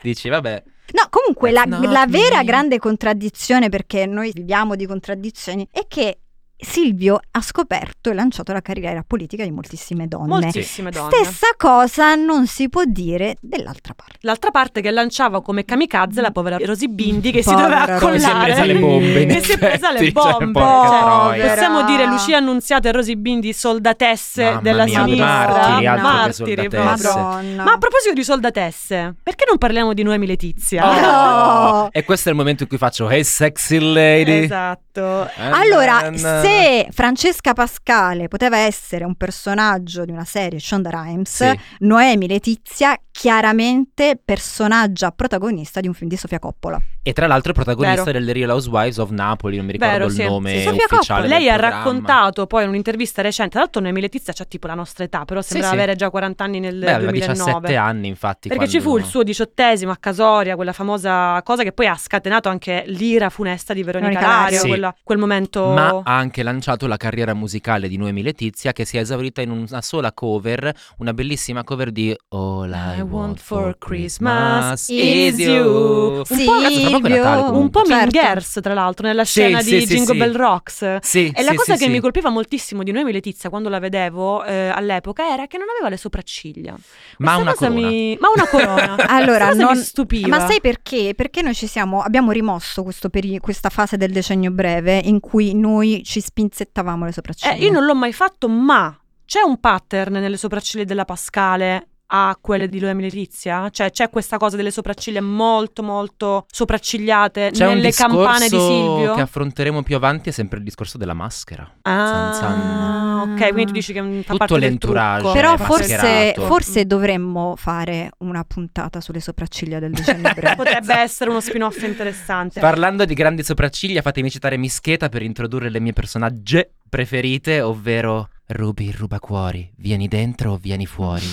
[SPEAKER 1] dici, vabbè.
[SPEAKER 2] No, comunque la,
[SPEAKER 1] That's not
[SPEAKER 2] la vera
[SPEAKER 1] me.
[SPEAKER 2] grande contraddizione, perché noi viviamo di contraddizioni, è che Silvio ha scoperto e lanciato la carriera politica di moltissime donne.
[SPEAKER 3] Moltissime donne.
[SPEAKER 2] Stessa cosa non si può dire dell'altra parte.
[SPEAKER 3] L'altra parte che lanciava come kamikaze la povera Rosy Bindi che si
[SPEAKER 2] Povera
[SPEAKER 3] doveva
[SPEAKER 2] Rosy.
[SPEAKER 1] Che si è
[SPEAKER 3] accollare.
[SPEAKER 1] presa le bombe. in
[SPEAKER 3] Che si è presa le
[SPEAKER 1] effetti, cioè,
[SPEAKER 3] bombe.
[SPEAKER 1] porca
[SPEAKER 2] Cioè,
[SPEAKER 1] troia.
[SPEAKER 2] povera-
[SPEAKER 3] Possiamo dire Lucia Annunziata e Rosy Bindi soldatesse
[SPEAKER 1] Mamma
[SPEAKER 3] della
[SPEAKER 1] mia,
[SPEAKER 3] sinistra.
[SPEAKER 1] martiri, altro che
[SPEAKER 3] Martiri,
[SPEAKER 1] soldatesse.
[SPEAKER 3] proprio.
[SPEAKER 2] Madonna.
[SPEAKER 3] Ma a proposito di soldatesse, perché non parliamo di Noemi Letizia?
[SPEAKER 1] Oh.
[SPEAKER 2] Oh.
[SPEAKER 1] E questo è il momento in cui faccio Hey sexy lady
[SPEAKER 3] Esatto.
[SPEAKER 2] allora,
[SPEAKER 1] And-
[SPEAKER 2] se Francesca Pascale poteva essere un personaggio di una serie Shonda Rhimes,
[SPEAKER 1] Sì.
[SPEAKER 2] Noemi Letizia chiaramente personaggia protagonista di un film di Sofia Coppola.
[SPEAKER 1] E tra l'altro è protagonista
[SPEAKER 3] Vero.
[SPEAKER 1] delle Real Housewives of Napoli Non mi ricordo
[SPEAKER 3] Vero,
[SPEAKER 1] il
[SPEAKER 3] sì.
[SPEAKER 1] nome
[SPEAKER 2] Sì, Sofia Coppola.
[SPEAKER 1] ufficiale del
[SPEAKER 3] Lei ha
[SPEAKER 1] programma.
[SPEAKER 3] raccontato poi in un'intervista recente, tra l'altro Noemi Letizia c'ha tipo la nostra età, però sembra
[SPEAKER 1] sì.
[SPEAKER 3] avere già 40 anni nel
[SPEAKER 1] Beh, aveva
[SPEAKER 3] 2009.
[SPEAKER 1] 17 anni infatti
[SPEAKER 3] Perché ci fu
[SPEAKER 1] quando-
[SPEAKER 3] il suo diciottesimo a Casoria, quella famosa cosa che poi ha scatenato anche l'ira funesta di Veronica
[SPEAKER 2] Veronica
[SPEAKER 3] Lario,
[SPEAKER 1] Lario.
[SPEAKER 3] quella- quel momento...
[SPEAKER 1] Ma ha anche lanciato la carriera musicale di Noemi Letizia che si è esaurita in una sola cover, una bellissima cover di All I
[SPEAKER 3] want for Christmas is you. Un
[SPEAKER 2] Sì,
[SPEAKER 3] po',
[SPEAKER 1] Cazzo, tra poco è Natale,
[SPEAKER 2] Silvio.
[SPEAKER 3] un po'
[SPEAKER 2] Certo.
[SPEAKER 3] Mean Girls, tra l'altro, nella
[SPEAKER 1] Sì,
[SPEAKER 3] scena
[SPEAKER 1] sì,
[SPEAKER 3] di
[SPEAKER 1] sì,
[SPEAKER 3] Jingle
[SPEAKER 1] sì.
[SPEAKER 3] Bell Rocks.
[SPEAKER 1] Sì,
[SPEAKER 3] E la
[SPEAKER 1] sì,
[SPEAKER 3] cosa
[SPEAKER 1] sì,
[SPEAKER 3] che mi
[SPEAKER 1] sì.
[SPEAKER 3] colpiva moltissimo di Noemi Letizia quando la vedevo eh, all'epoca era che non aveva le sopracciglia.
[SPEAKER 1] Ma
[SPEAKER 3] Questa
[SPEAKER 1] una
[SPEAKER 3] cosa
[SPEAKER 1] corona.
[SPEAKER 3] mi- Ma una corona.
[SPEAKER 2] Allora,
[SPEAKER 3] Questa cosa
[SPEAKER 2] non-
[SPEAKER 3] mi stupiva.
[SPEAKER 2] Ma sai perché? Perché noi ci siamo, abbiamo rimosso questo peri- questa fase del decennio breve in cui noi ci spinzettavamo le sopracciglia.
[SPEAKER 3] Eh, io non l'ho mai fatto, ma c'è un pattern nelle sopracciglia della Pascale a quelle di Noemi Letizia? Cioè c'è questa cosa delle sopracciglia molto molto sopraccigliate
[SPEAKER 1] C'è un
[SPEAKER 3] nelle
[SPEAKER 1] discorso
[SPEAKER 3] campane di Silvio?
[SPEAKER 1] che affronteremo più avanti, è sempre il discorso della maschera.
[SPEAKER 3] Ah,
[SPEAKER 1] Zan,
[SPEAKER 3] ok, quindi tu dici che è un- fa
[SPEAKER 1] Tutto
[SPEAKER 3] parte del
[SPEAKER 1] l'entourage
[SPEAKER 3] trucco.
[SPEAKER 2] Però
[SPEAKER 1] eh,
[SPEAKER 2] forse,
[SPEAKER 1] mascherato. Ah,
[SPEAKER 2] forse dovremmo fare una puntata sulle sopracciglia del decennio breve.
[SPEAKER 3] potrebbe essere uno spin-off interessante.
[SPEAKER 1] Parlando di grandi sopracciglia, fatemi citare Mischeta per introdurre le mie personagge preferite, ovvero Ruby il rubacuori, vieni dentro o vieni fuori,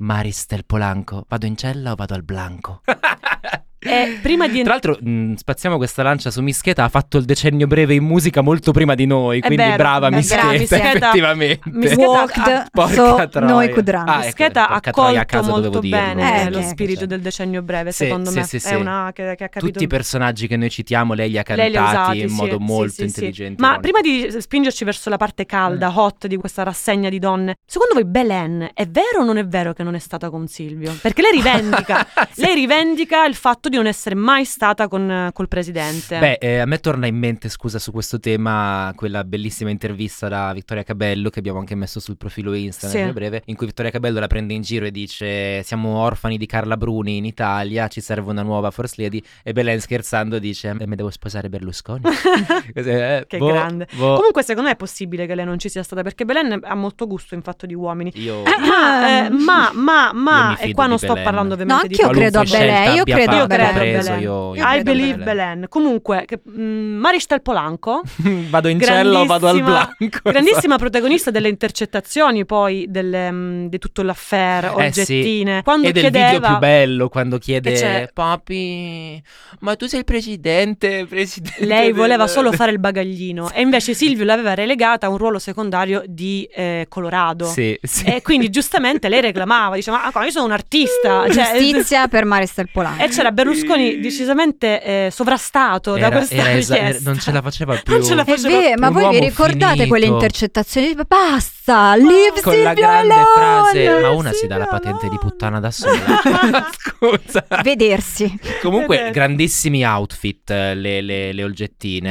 [SPEAKER 1] Maris del Polanco, vado in cella o vado al blanco.
[SPEAKER 3] Eh, prima di-
[SPEAKER 1] Tra l'altro, mh, spazziamo questa lancia su Mischeta, ha fatto il decennio breve in musica molto prima di noi,
[SPEAKER 3] È
[SPEAKER 1] quindi
[SPEAKER 3] vero,
[SPEAKER 1] brava
[SPEAKER 3] è vero.
[SPEAKER 1] Mischeta,
[SPEAKER 3] Mischeta-
[SPEAKER 1] effettivamente.
[SPEAKER 3] Mischeta-
[SPEAKER 2] Walked
[SPEAKER 1] Porca
[SPEAKER 2] so
[SPEAKER 1] troia.
[SPEAKER 2] noi cudrants.
[SPEAKER 1] Ah, ecco,
[SPEAKER 3] Scheda ha
[SPEAKER 1] porca troia,
[SPEAKER 3] colto
[SPEAKER 1] a caso dovevo
[SPEAKER 3] molto
[SPEAKER 1] dirlo.
[SPEAKER 3] bene
[SPEAKER 2] Eh,
[SPEAKER 3] lo
[SPEAKER 2] ok,
[SPEAKER 3] spirito del decennio breve,
[SPEAKER 1] Sì,
[SPEAKER 3] secondo
[SPEAKER 1] sì,
[SPEAKER 3] me.
[SPEAKER 1] sì,
[SPEAKER 3] è
[SPEAKER 1] sì.
[SPEAKER 3] una che, che ha capito
[SPEAKER 1] Tutti i personaggi che noi citiamo, lei li ha
[SPEAKER 3] Lei
[SPEAKER 1] cantati
[SPEAKER 3] li ha usati,
[SPEAKER 1] in
[SPEAKER 3] sì,
[SPEAKER 1] modo
[SPEAKER 3] sì,
[SPEAKER 1] molto
[SPEAKER 3] sì, sì.
[SPEAKER 1] intelligente.
[SPEAKER 3] Ma
[SPEAKER 1] ironico.
[SPEAKER 3] prima di spingerci verso la parte calda,
[SPEAKER 1] Mm.
[SPEAKER 3] hot di questa rassegna di donne, secondo voi Belen è vero o non è vero che non è stata con Silvio? Perché lei rivendica,
[SPEAKER 1] Sì.
[SPEAKER 3] lei rivendica il fatto di non essere mai stata con, col presidente.
[SPEAKER 1] Beh, eh, a me torna in mente, scusa, su questo tema quella bellissima intervista da Vittoria Cabello che abbiamo anche messo sul profilo Instagram
[SPEAKER 3] Sì.
[SPEAKER 1] nel breve, in cui Vittoria Cabello la prende in giro e dice "Siamo orfani di Carla Bruni in Italia, ci serve una nuova First Lady" e Belen scherzando dice "Eh, "Me devo sposare Berlusconi". Così, eh,
[SPEAKER 3] Che
[SPEAKER 1] boh,
[SPEAKER 3] grande.
[SPEAKER 1] boh.
[SPEAKER 3] Comunque secondo me è possibile che lei non ci sia stata perché Belen ha molto gusto in fatto di uomini.
[SPEAKER 1] io
[SPEAKER 3] Ma, eh, ma, ma,
[SPEAKER 1] Io mi
[SPEAKER 3] ma, e
[SPEAKER 1] fido
[SPEAKER 3] qua
[SPEAKER 1] di
[SPEAKER 3] non sto
[SPEAKER 1] Belen.
[SPEAKER 3] parlando
[SPEAKER 2] Ah, ehm, No,
[SPEAKER 3] ovviamente di
[SPEAKER 2] anch'io credo a
[SPEAKER 1] Qualunque
[SPEAKER 2] Belen.
[SPEAKER 1] scelta
[SPEAKER 2] Io
[SPEAKER 1] abbia
[SPEAKER 2] credo a
[SPEAKER 1] fatto,
[SPEAKER 2] Belen.
[SPEAKER 1] preso,
[SPEAKER 2] Belen.
[SPEAKER 1] io- io
[SPEAKER 3] I
[SPEAKER 1] credo a
[SPEAKER 3] believe
[SPEAKER 1] Belen.
[SPEAKER 3] Belen. Comunque, che, mm, Maristel Polanco,
[SPEAKER 1] vado in cella o vado al esatto.
[SPEAKER 3] Grandissima-
[SPEAKER 1] blanco.
[SPEAKER 3] grandissima protagonista delle intercettazioni, poi delle, mm, di tutto l'affair,
[SPEAKER 1] Eh, sì.
[SPEAKER 3] oggettine. Quando
[SPEAKER 1] e del
[SPEAKER 3] chiedeva,
[SPEAKER 1] video più bello quando
[SPEAKER 3] E cioè
[SPEAKER 1] chiede
[SPEAKER 3] c'è-
[SPEAKER 1] Papi, ma tu sei il presidente, presidente
[SPEAKER 3] lei
[SPEAKER 1] del-
[SPEAKER 3] voleva solo fare il bagaglino, e invece Silvio l'aveva relegata a un ruolo secondario di eh, Colorado.
[SPEAKER 1] Sì, sì.
[SPEAKER 3] E quindi giustamente lei reclamava, diceva, ma qua, io sono un artista.
[SPEAKER 1] Ah,
[SPEAKER 3] cioè-
[SPEAKER 2] Mm. Giustizia per Marestel Polanco.
[SPEAKER 3] E c'era Berlusconi decisamente eh, sovrastato da
[SPEAKER 1] Era-
[SPEAKER 3] questa
[SPEAKER 1] era esa-
[SPEAKER 3] richiesta.
[SPEAKER 1] era- non ce la faceva più.
[SPEAKER 3] Non ce la
[SPEAKER 2] È
[SPEAKER 3] faceva
[SPEAKER 2] vero, ma
[SPEAKER 1] un
[SPEAKER 2] voi vi
[SPEAKER 1] uomo
[SPEAKER 2] ricordate
[SPEAKER 1] Eh, finito.
[SPEAKER 2] quelle intercettazioni? Basta, leave
[SPEAKER 1] con la
[SPEAKER 2] Silvio
[SPEAKER 1] grande
[SPEAKER 2] alone!
[SPEAKER 1] frase,
[SPEAKER 2] Leave
[SPEAKER 1] ma una si
[SPEAKER 2] Silvio
[SPEAKER 1] dà la patente di
[SPEAKER 2] alone!"
[SPEAKER 1] puttana da sola. Scusa.
[SPEAKER 2] Vedersi.
[SPEAKER 1] Comunque,
[SPEAKER 3] Vedete.
[SPEAKER 1] grandissimi outfit, eh, le, le, le oggettine.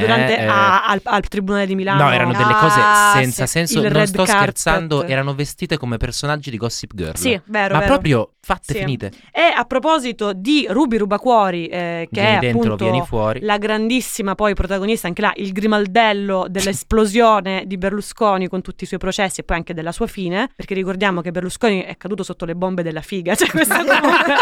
[SPEAKER 3] durante
[SPEAKER 1] eh.
[SPEAKER 3] a- al, al tribunale di Milano.
[SPEAKER 1] No, erano delle
[SPEAKER 2] Ah,
[SPEAKER 1] cose
[SPEAKER 2] sì.
[SPEAKER 1] senza senso.
[SPEAKER 3] Il
[SPEAKER 1] non
[SPEAKER 3] red
[SPEAKER 1] sto
[SPEAKER 3] carpet.
[SPEAKER 1] scherzando, erano vestite come personaggi di Gossip Girl.
[SPEAKER 3] Sì, vero,
[SPEAKER 1] ma
[SPEAKER 3] vero.
[SPEAKER 1] proprio fatte
[SPEAKER 3] Sì.
[SPEAKER 1] finite.
[SPEAKER 3] E a proposito di Ruby Rubacuori, eh, che
[SPEAKER 1] vieni
[SPEAKER 3] è
[SPEAKER 1] dentro,
[SPEAKER 3] appunto
[SPEAKER 1] vieni fuori.
[SPEAKER 3] la grandissima poi protagonista, anche là, il grimaldello dell'esplosione di Berlusconi con tutti i suoi processi e poi anche della sua fine, perché ricordiamo che Berlusconi è caduto sotto le bombe della figa, cioè questo, comunque-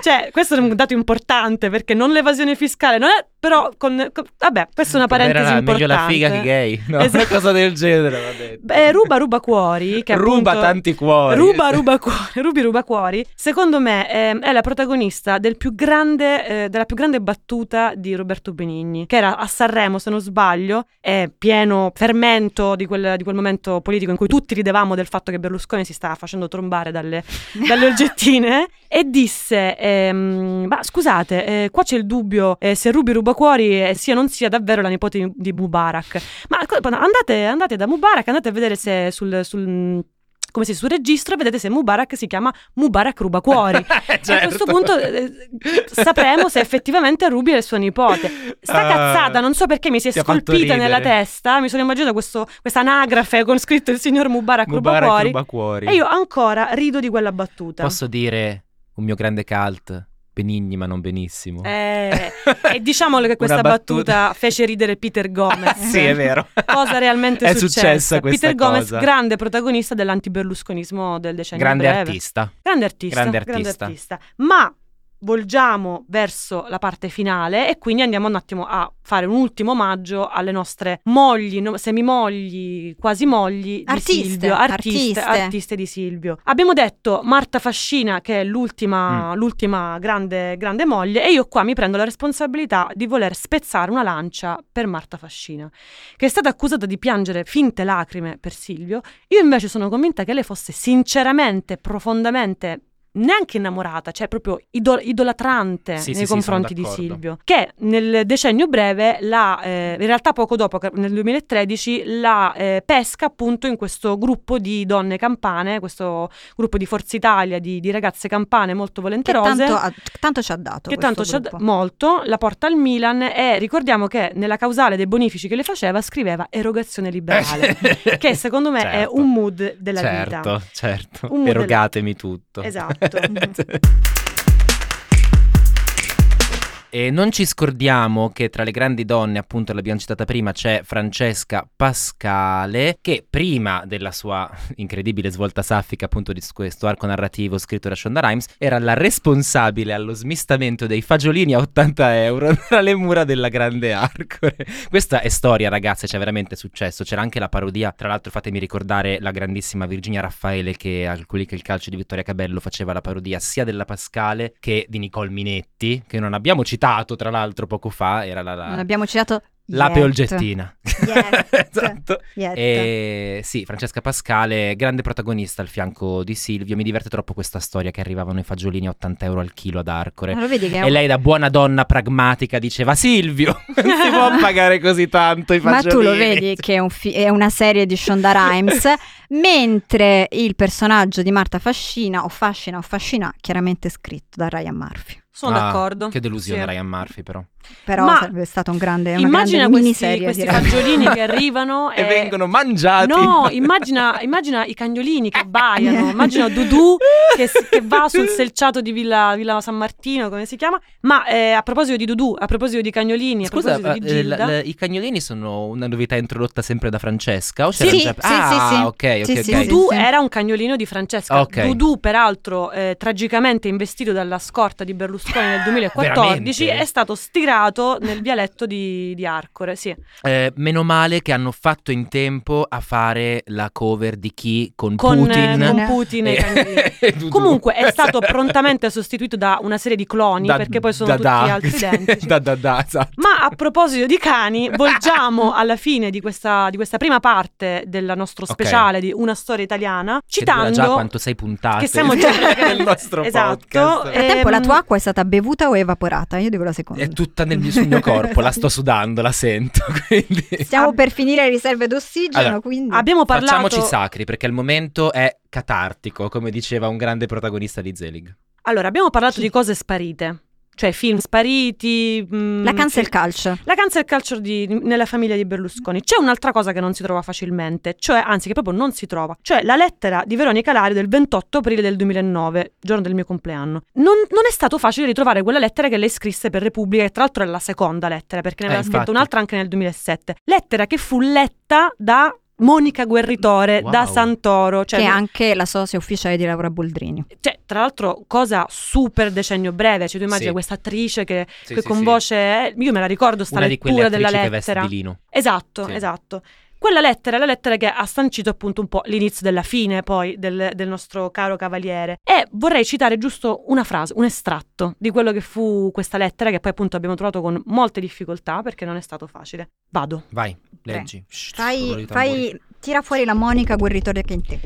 [SPEAKER 3] cioè, questo è un dato importante perché non l'evasione fiscale, non è, però con, con- vabbè, questa è una
[SPEAKER 1] Era
[SPEAKER 3] parentesi importante.
[SPEAKER 1] meglio la figa che gay, no?
[SPEAKER 3] Esatto.
[SPEAKER 1] una cosa del genere. va detto.
[SPEAKER 3] Beh, ruba ruba cuori, che
[SPEAKER 1] ruba
[SPEAKER 3] appunto-
[SPEAKER 1] tanti cuori.
[SPEAKER 3] Ruba, ruba cuori, Ruby ruba cuori. Secondo me ehm, è la protagonista del più grande, eh, della più grande battuta di Roberto Benigni, che era a Sanremo, se non sbaglio, è pieno fermento di quel, di quel momento politico in cui tutti ridevamo del fatto che Berlusconi si stava facendo trombare dalle, dalle oggettine e disse, ehm, ma scusate, eh, qua c'è il dubbio eh, se Ruby ruba cuori eh, sia o non sia davvero la nipote di- di Mubarak. Ma co- andate, andate da Mubarak, andate a vedere se sul, sul- come si dice, sul registro e vedete se Mubarak si chiama Mubarak Rubacuori.
[SPEAKER 1] certo.
[SPEAKER 3] E a questo punto eh, sapremo se effettivamente Ruby è sua nipote.
[SPEAKER 1] Eh, Ah.
[SPEAKER 3] Sta cazzata, non so perché mi si è scolpita nella testa, mi sono immaginata questo, questa anagrafe con scritto il signor Mubarak, Rubacuori
[SPEAKER 1] cuori.
[SPEAKER 3] e io ancora rido di quella battuta.
[SPEAKER 1] Posso dire un mio grande cult, benigni ma non benissimo.
[SPEAKER 3] Eh, e diciamolo che questa
[SPEAKER 1] Una
[SPEAKER 3] battuta... fece ridere Peter Gomez.
[SPEAKER 1] sì, è vero.
[SPEAKER 3] Cosa realmente
[SPEAKER 1] è successa, questa
[SPEAKER 3] Peter Gomez,
[SPEAKER 1] cosa.
[SPEAKER 3] grande protagonista dell'antiberlusconismo del decennio
[SPEAKER 1] grande
[SPEAKER 3] breve.
[SPEAKER 1] artista.
[SPEAKER 3] Grande artista,
[SPEAKER 1] Grande
[SPEAKER 3] grande
[SPEAKER 1] artista.
[SPEAKER 3] artista. Ma volgiamo verso la parte finale e quindi andiamo un attimo a fare un ultimo omaggio alle nostre mogli, no- semimogli, quasi mogli di
[SPEAKER 2] Artiste,
[SPEAKER 3] Silvio, artiste,
[SPEAKER 2] artiste.
[SPEAKER 3] artiste di Silvio. Abbiamo detto Marta Fascina che è l'ultima, l'ultima grande, grande moglie e io qua mi prendo la responsabilità di voler spezzare una lancia per Marta Fascina, che è stata accusata di piangere finte lacrime per Silvio io invece sono convinta che lei fosse sinceramente, profondamente neanche innamorata, cioè proprio idol- idolatrante
[SPEAKER 1] Sì, sì,
[SPEAKER 3] nei
[SPEAKER 1] sì,
[SPEAKER 3] confronti
[SPEAKER 1] sono
[SPEAKER 3] di
[SPEAKER 1] d'accordo.
[SPEAKER 3] Silvio, che nel decennio breve, la, eh, in realtà poco dopo, che- nel 2013, la eh, pesca appunto in questo gruppo di donne campane, questo gruppo di Forza Italia, di, di ragazze campane molto
[SPEAKER 2] Che
[SPEAKER 3] volenterose.
[SPEAKER 2] tanto, ha- tanto ci ha dato.
[SPEAKER 3] Che tanto
[SPEAKER 2] questo
[SPEAKER 3] c'è
[SPEAKER 2] gruppo.
[SPEAKER 3] molto, la porta al Milan e ricordiamo che nella causale dei bonifici che le faceva scriveva erogazione liberale, che secondo me è un mood della vita.
[SPEAKER 1] Eh. certo, Certo,
[SPEAKER 3] Un mood della-
[SPEAKER 1] Erogatemi tutto.
[SPEAKER 3] Esatto.
[SPEAKER 1] E non ci scordiamo che tra le grandi donne, appunto l'abbiamo citata prima, c'è Francesca Pascale, che prima della sua incredibile svolta saffica, appunto di questo arco narrativo scritto da Shonda Rhimes, era la responsabile allo smistamento dei fagiolini a 80 euro tra le mura della grande arcore. Questa è storia, ragazze, c'è veramente successo. C'era anche la parodia, tra l'altro fatemi ricordare la grandissima Virginia Raffaele che al Click il calcio di Vittoria Cabello faceva la parodia sia della Pascale che di Nicole Minetti, che non abbiamo citato tra l'altro poco fa, era la,
[SPEAKER 2] Non
[SPEAKER 1] la,
[SPEAKER 2] abbiamo citato.
[SPEAKER 1] la
[SPEAKER 2] Yet.
[SPEAKER 1] Peolgettina.
[SPEAKER 2] Yet.
[SPEAKER 1] esatto.
[SPEAKER 2] Yet.
[SPEAKER 1] E sì, Francesca Pascale, grande protagonista al fianco di Silvio. Mi diverte troppo questa storia che arrivavano i fagiolini a 80 euro al chilo ad Arcore.
[SPEAKER 2] Ma lo vedi che è
[SPEAKER 1] E
[SPEAKER 2] un-
[SPEAKER 1] lei da buona donna pragmatica diceva Silvio, non si può pagare così tanto i
[SPEAKER 2] Ma
[SPEAKER 1] fagiolini.
[SPEAKER 2] tu lo vedi che è, un fi- è una serie di Shonda Rhimes, mentre il personaggio di Marta Fascina, o Fascina o Fascina, chiaramente è scritto da Ryan Murphy.
[SPEAKER 3] Sono
[SPEAKER 1] Ah,
[SPEAKER 3] d'accordo.
[SPEAKER 1] Che delusione
[SPEAKER 3] Sì.
[SPEAKER 1] Ryan Murphy però.
[SPEAKER 2] Però
[SPEAKER 3] Ma
[SPEAKER 2] sarebbe stato un grande, una
[SPEAKER 3] Immagina
[SPEAKER 2] grande
[SPEAKER 3] questi,
[SPEAKER 2] miniserie.
[SPEAKER 3] questi
[SPEAKER 2] direi.
[SPEAKER 3] fagiolini che arrivano
[SPEAKER 1] E vengono mangiati.
[SPEAKER 3] eh, No, immagina, immagina i cagnolini che abbaiano, immagina Dudu che, s- che va sul selciato di Villa, Villa San Martino, come si chiama. Ma eh, a proposito di Dudu, a proposito di cagnolini, a
[SPEAKER 1] Scusa,
[SPEAKER 3] proposito di
[SPEAKER 1] eh,
[SPEAKER 3] Gilda...
[SPEAKER 1] l- l- i cagnolini sono una novità introdotta sempre da Francesca? O
[SPEAKER 2] Sì,
[SPEAKER 1] c'era
[SPEAKER 2] sì,
[SPEAKER 1] già...
[SPEAKER 2] sì,
[SPEAKER 1] ah,
[SPEAKER 2] sì, sì.
[SPEAKER 1] ok, ok,
[SPEAKER 2] Sì, sì,
[SPEAKER 1] ok.
[SPEAKER 2] sì.
[SPEAKER 3] Dudu era un cagnolino di Francesca.
[SPEAKER 1] Ok.
[SPEAKER 3] Dudu, peraltro, eh, tragicamente investito dalla scorta di Berlusconi nel 2014,
[SPEAKER 1] Veramente?
[SPEAKER 3] è stato stirato nel vialetto di, di Arcore. Sì.
[SPEAKER 1] Eh, meno male che hanno fatto in tempo a fare la cover di chi con,
[SPEAKER 3] Con, eh,
[SPEAKER 1] Putin.
[SPEAKER 3] con Putin e i cagnolini.
[SPEAKER 1] e Dudu.
[SPEAKER 3] Comunque è stato prontamente sostituito da una serie di cloni,
[SPEAKER 1] Da-
[SPEAKER 3] perché poi sono
[SPEAKER 1] da-
[SPEAKER 3] tutti
[SPEAKER 1] da.
[SPEAKER 3] altri identici.
[SPEAKER 1] da, da, da, esatto.
[SPEAKER 3] Ma a proposito di cani, volgiamo alla fine di questa, di questa prima parte del nostro
[SPEAKER 1] Ok.
[SPEAKER 3] speciale di Una storia italiana,
[SPEAKER 1] Che dura
[SPEAKER 3] citando...
[SPEAKER 1] già quanto sei puntate
[SPEAKER 3] che siamo già
[SPEAKER 1] del nostro
[SPEAKER 3] Esatto.
[SPEAKER 1] podcast.
[SPEAKER 3] Eh,
[SPEAKER 2] Nel frattempo la
[SPEAKER 3] Ehm,
[SPEAKER 2] tua acqua è stata bevuta o evaporata? Io dico la seconda.
[SPEAKER 1] È tutta nel mio, sul mio corpo, la sto sudando, la sento. Quindi
[SPEAKER 2] Stiamo per finire le riserve d'ossigeno,
[SPEAKER 1] Allora,
[SPEAKER 2] quindi...
[SPEAKER 3] Abbiamo parlato...
[SPEAKER 1] facciamoci sacri perché il momento è catartico, come diceva un grande protagonista di Zelig.
[SPEAKER 3] Allora, abbiamo parlato
[SPEAKER 2] Sì.
[SPEAKER 3] di cose sparite, cioè film spariti. mm,
[SPEAKER 2] La cancel
[SPEAKER 3] fi-
[SPEAKER 1] cioè,
[SPEAKER 2] calcio.
[SPEAKER 3] La cancel culture di- nella famiglia di Berlusconi. C'è un'altra cosa che non si trova facilmente, cioè, anzi, che proprio non si trova, cioè la lettera di Veronica Lari del 28 aprile del 2009, giorno del mio compleanno. Non, non è stato facile ritrovare quella lettera che lei scrisse per Repubblica, che tra l'altro è la seconda lettera, perché ne
[SPEAKER 1] Eh,
[SPEAKER 3] aveva
[SPEAKER 1] infatti.
[SPEAKER 3] scritta un'altra anche nel 2007. Lettera che fu letta da Monica Guerritore,
[SPEAKER 1] Wow.
[SPEAKER 3] da Santoro. Cioè
[SPEAKER 2] che è anche la socia ufficiale di Laura Boldrini.
[SPEAKER 3] cioè, tra l'altro, cosa super decennio breve. Cioè, tu immagini
[SPEAKER 1] Sì.
[SPEAKER 3] questa attrice che,
[SPEAKER 1] Sì,
[SPEAKER 3] che
[SPEAKER 1] sì,
[SPEAKER 3] con
[SPEAKER 1] sì.
[SPEAKER 3] voce. eh, Io me la ricordo sta
[SPEAKER 1] Una di quelle
[SPEAKER 3] lettura della
[SPEAKER 1] attrici che veste
[SPEAKER 3] lettera.
[SPEAKER 1] di lino.
[SPEAKER 3] Esatto,
[SPEAKER 1] Sì.
[SPEAKER 3] esatto. Quella lettera è la lettera che ha sancito appunto un po' l'inizio della fine poi del, del nostro caro cavaliere. E vorrei citare giusto una frase, un estratto di quello che fu questa lettera che poi appunto abbiamo trovato con molte difficoltà perché non è stato facile. Vado.
[SPEAKER 1] Vai, leggi. Shh,
[SPEAKER 2] Fai,
[SPEAKER 1] suono di tamburi.
[SPEAKER 2] fai- tira fuori la Monica Guerritore che è in te.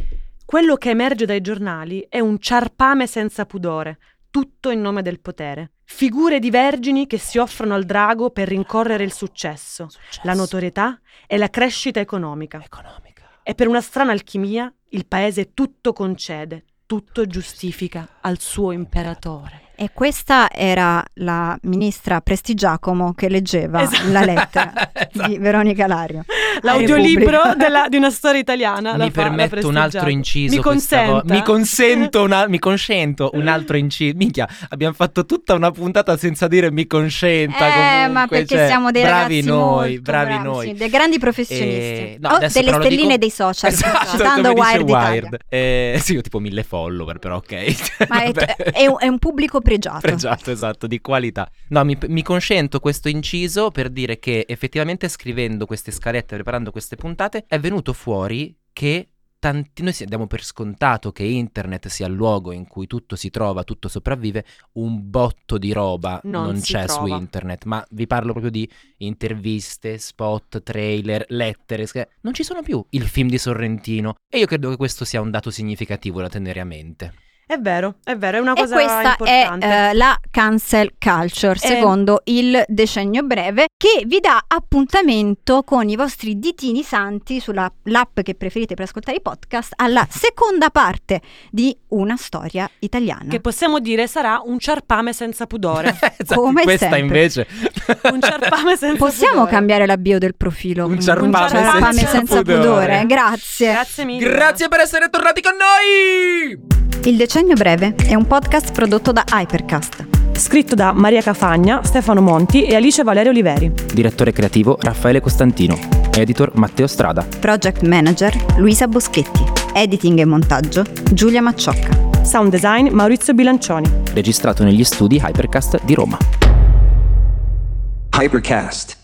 [SPEAKER 3] Quello che emerge dai giornali è un ciarpame senza pudore, tutto in nome del potere. Figure di vergini che si offrono al drago per rincorrere il successo, la notorietà e la crescita economica.
[SPEAKER 1] economica.
[SPEAKER 3] E per una strana alchimia il paese tutto concede, tutto giustifica al suo imperatore.
[SPEAKER 2] E questa era la ministra Prestigiacomo che leggeva
[SPEAKER 3] Esatto.
[SPEAKER 2] la lettera
[SPEAKER 1] Esatto.
[SPEAKER 2] di Veronica Lario.
[SPEAKER 3] L'audiolibro
[SPEAKER 2] Repubblica.
[SPEAKER 3] della- di una storia italiana. la
[SPEAKER 1] Mi
[SPEAKER 3] fa- la
[SPEAKER 1] permetto un altro
[SPEAKER 3] prestigiata.
[SPEAKER 1] inciso.
[SPEAKER 3] Mi
[SPEAKER 1] questa vo-
[SPEAKER 3] consenta.
[SPEAKER 1] mi consento una- mi consento un altro inciso. Minchia, abbiamo fatto tutta una puntata senza dire mi consenta.
[SPEAKER 2] Eh,
[SPEAKER 1] comunque,
[SPEAKER 2] ma perché
[SPEAKER 1] cioè,
[SPEAKER 2] siamo dei
[SPEAKER 1] bravi
[SPEAKER 2] ragazzi
[SPEAKER 1] noi,
[SPEAKER 2] molto
[SPEAKER 1] bravi
[SPEAKER 2] bravi,
[SPEAKER 1] noi.
[SPEAKER 2] sì, dei grandi professionisti.
[SPEAKER 1] Eh, no,
[SPEAKER 2] O
[SPEAKER 1] adesso
[SPEAKER 2] delle
[SPEAKER 1] però lo
[SPEAKER 2] stelline
[SPEAKER 1] dico-
[SPEAKER 2] dei social,
[SPEAKER 1] Esatto,
[SPEAKER 2] citando
[SPEAKER 1] come dice
[SPEAKER 2] Wired Italia.
[SPEAKER 1] Wired. Eh, sì, io tipo mille follower, però ok.
[SPEAKER 2] Ma è,
[SPEAKER 1] Vabbè.
[SPEAKER 2] è un, è un pubblico pregiato.
[SPEAKER 1] Pregiato, esatto, di qualità. No, mi, mi consento questo inciso per dire che effettivamente scrivendo queste scalette, preparando queste puntate, è venuto fuori che tanti, noi si- diamo per scontato che internet sia il luogo in cui tutto si trova, tutto sopravvive, un botto di roba non,
[SPEAKER 3] Non si
[SPEAKER 1] c'è su
[SPEAKER 3] trova.
[SPEAKER 1] internet, ma vi parlo proprio di interviste, spot, trailer, lettere, sch- non ci sono più il film di Sorrentino e io credo che questo sia un dato significativo da tenere a mente.
[SPEAKER 3] È vero, è vero, è una
[SPEAKER 2] E
[SPEAKER 3] cosa
[SPEAKER 2] questa
[SPEAKER 3] importante. Eh.
[SPEAKER 2] è eh, la cancel culture, secondo il decennio breve, che vi dà appuntamento con i vostri ditini santi sulla l'app che preferite per ascoltare i podcast alla seconda parte di una storia italiana.
[SPEAKER 3] Che possiamo dire sarà un ciarpame senza pudore.
[SPEAKER 1] Esatto,
[SPEAKER 2] Come
[SPEAKER 1] questa
[SPEAKER 2] sempre.
[SPEAKER 1] invece.
[SPEAKER 3] Un ciarpame senza
[SPEAKER 2] Possiamo
[SPEAKER 3] pudore.
[SPEAKER 2] cambiare la bio del profilo?
[SPEAKER 1] Un
[SPEAKER 2] quindi?
[SPEAKER 1] ciarpame
[SPEAKER 2] ciarpame
[SPEAKER 3] senza
[SPEAKER 1] pudore.
[SPEAKER 2] Grazie.
[SPEAKER 3] Grazie mille.
[SPEAKER 1] Grazie per essere tornati con noi!
[SPEAKER 2] Il decennio breve è un podcast prodotto da Hypercast.
[SPEAKER 3] Scritto da Maria Cafagna, Stefano Monti e Alice Valerio Oliveri.
[SPEAKER 4] Direttore creativo Raffaele Costantino. Editor Matteo Strada.
[SPEAKER 2] Project manager Luisa Boschetti. Editing e montaggio Giulia Macciocca.
[SPEAKER 3] Sound design Maurizio Bilancioni.
[SPEAKER 4] Registrato negli studi Hypercast di Roma.
[SPEAKER 5] Hypercast.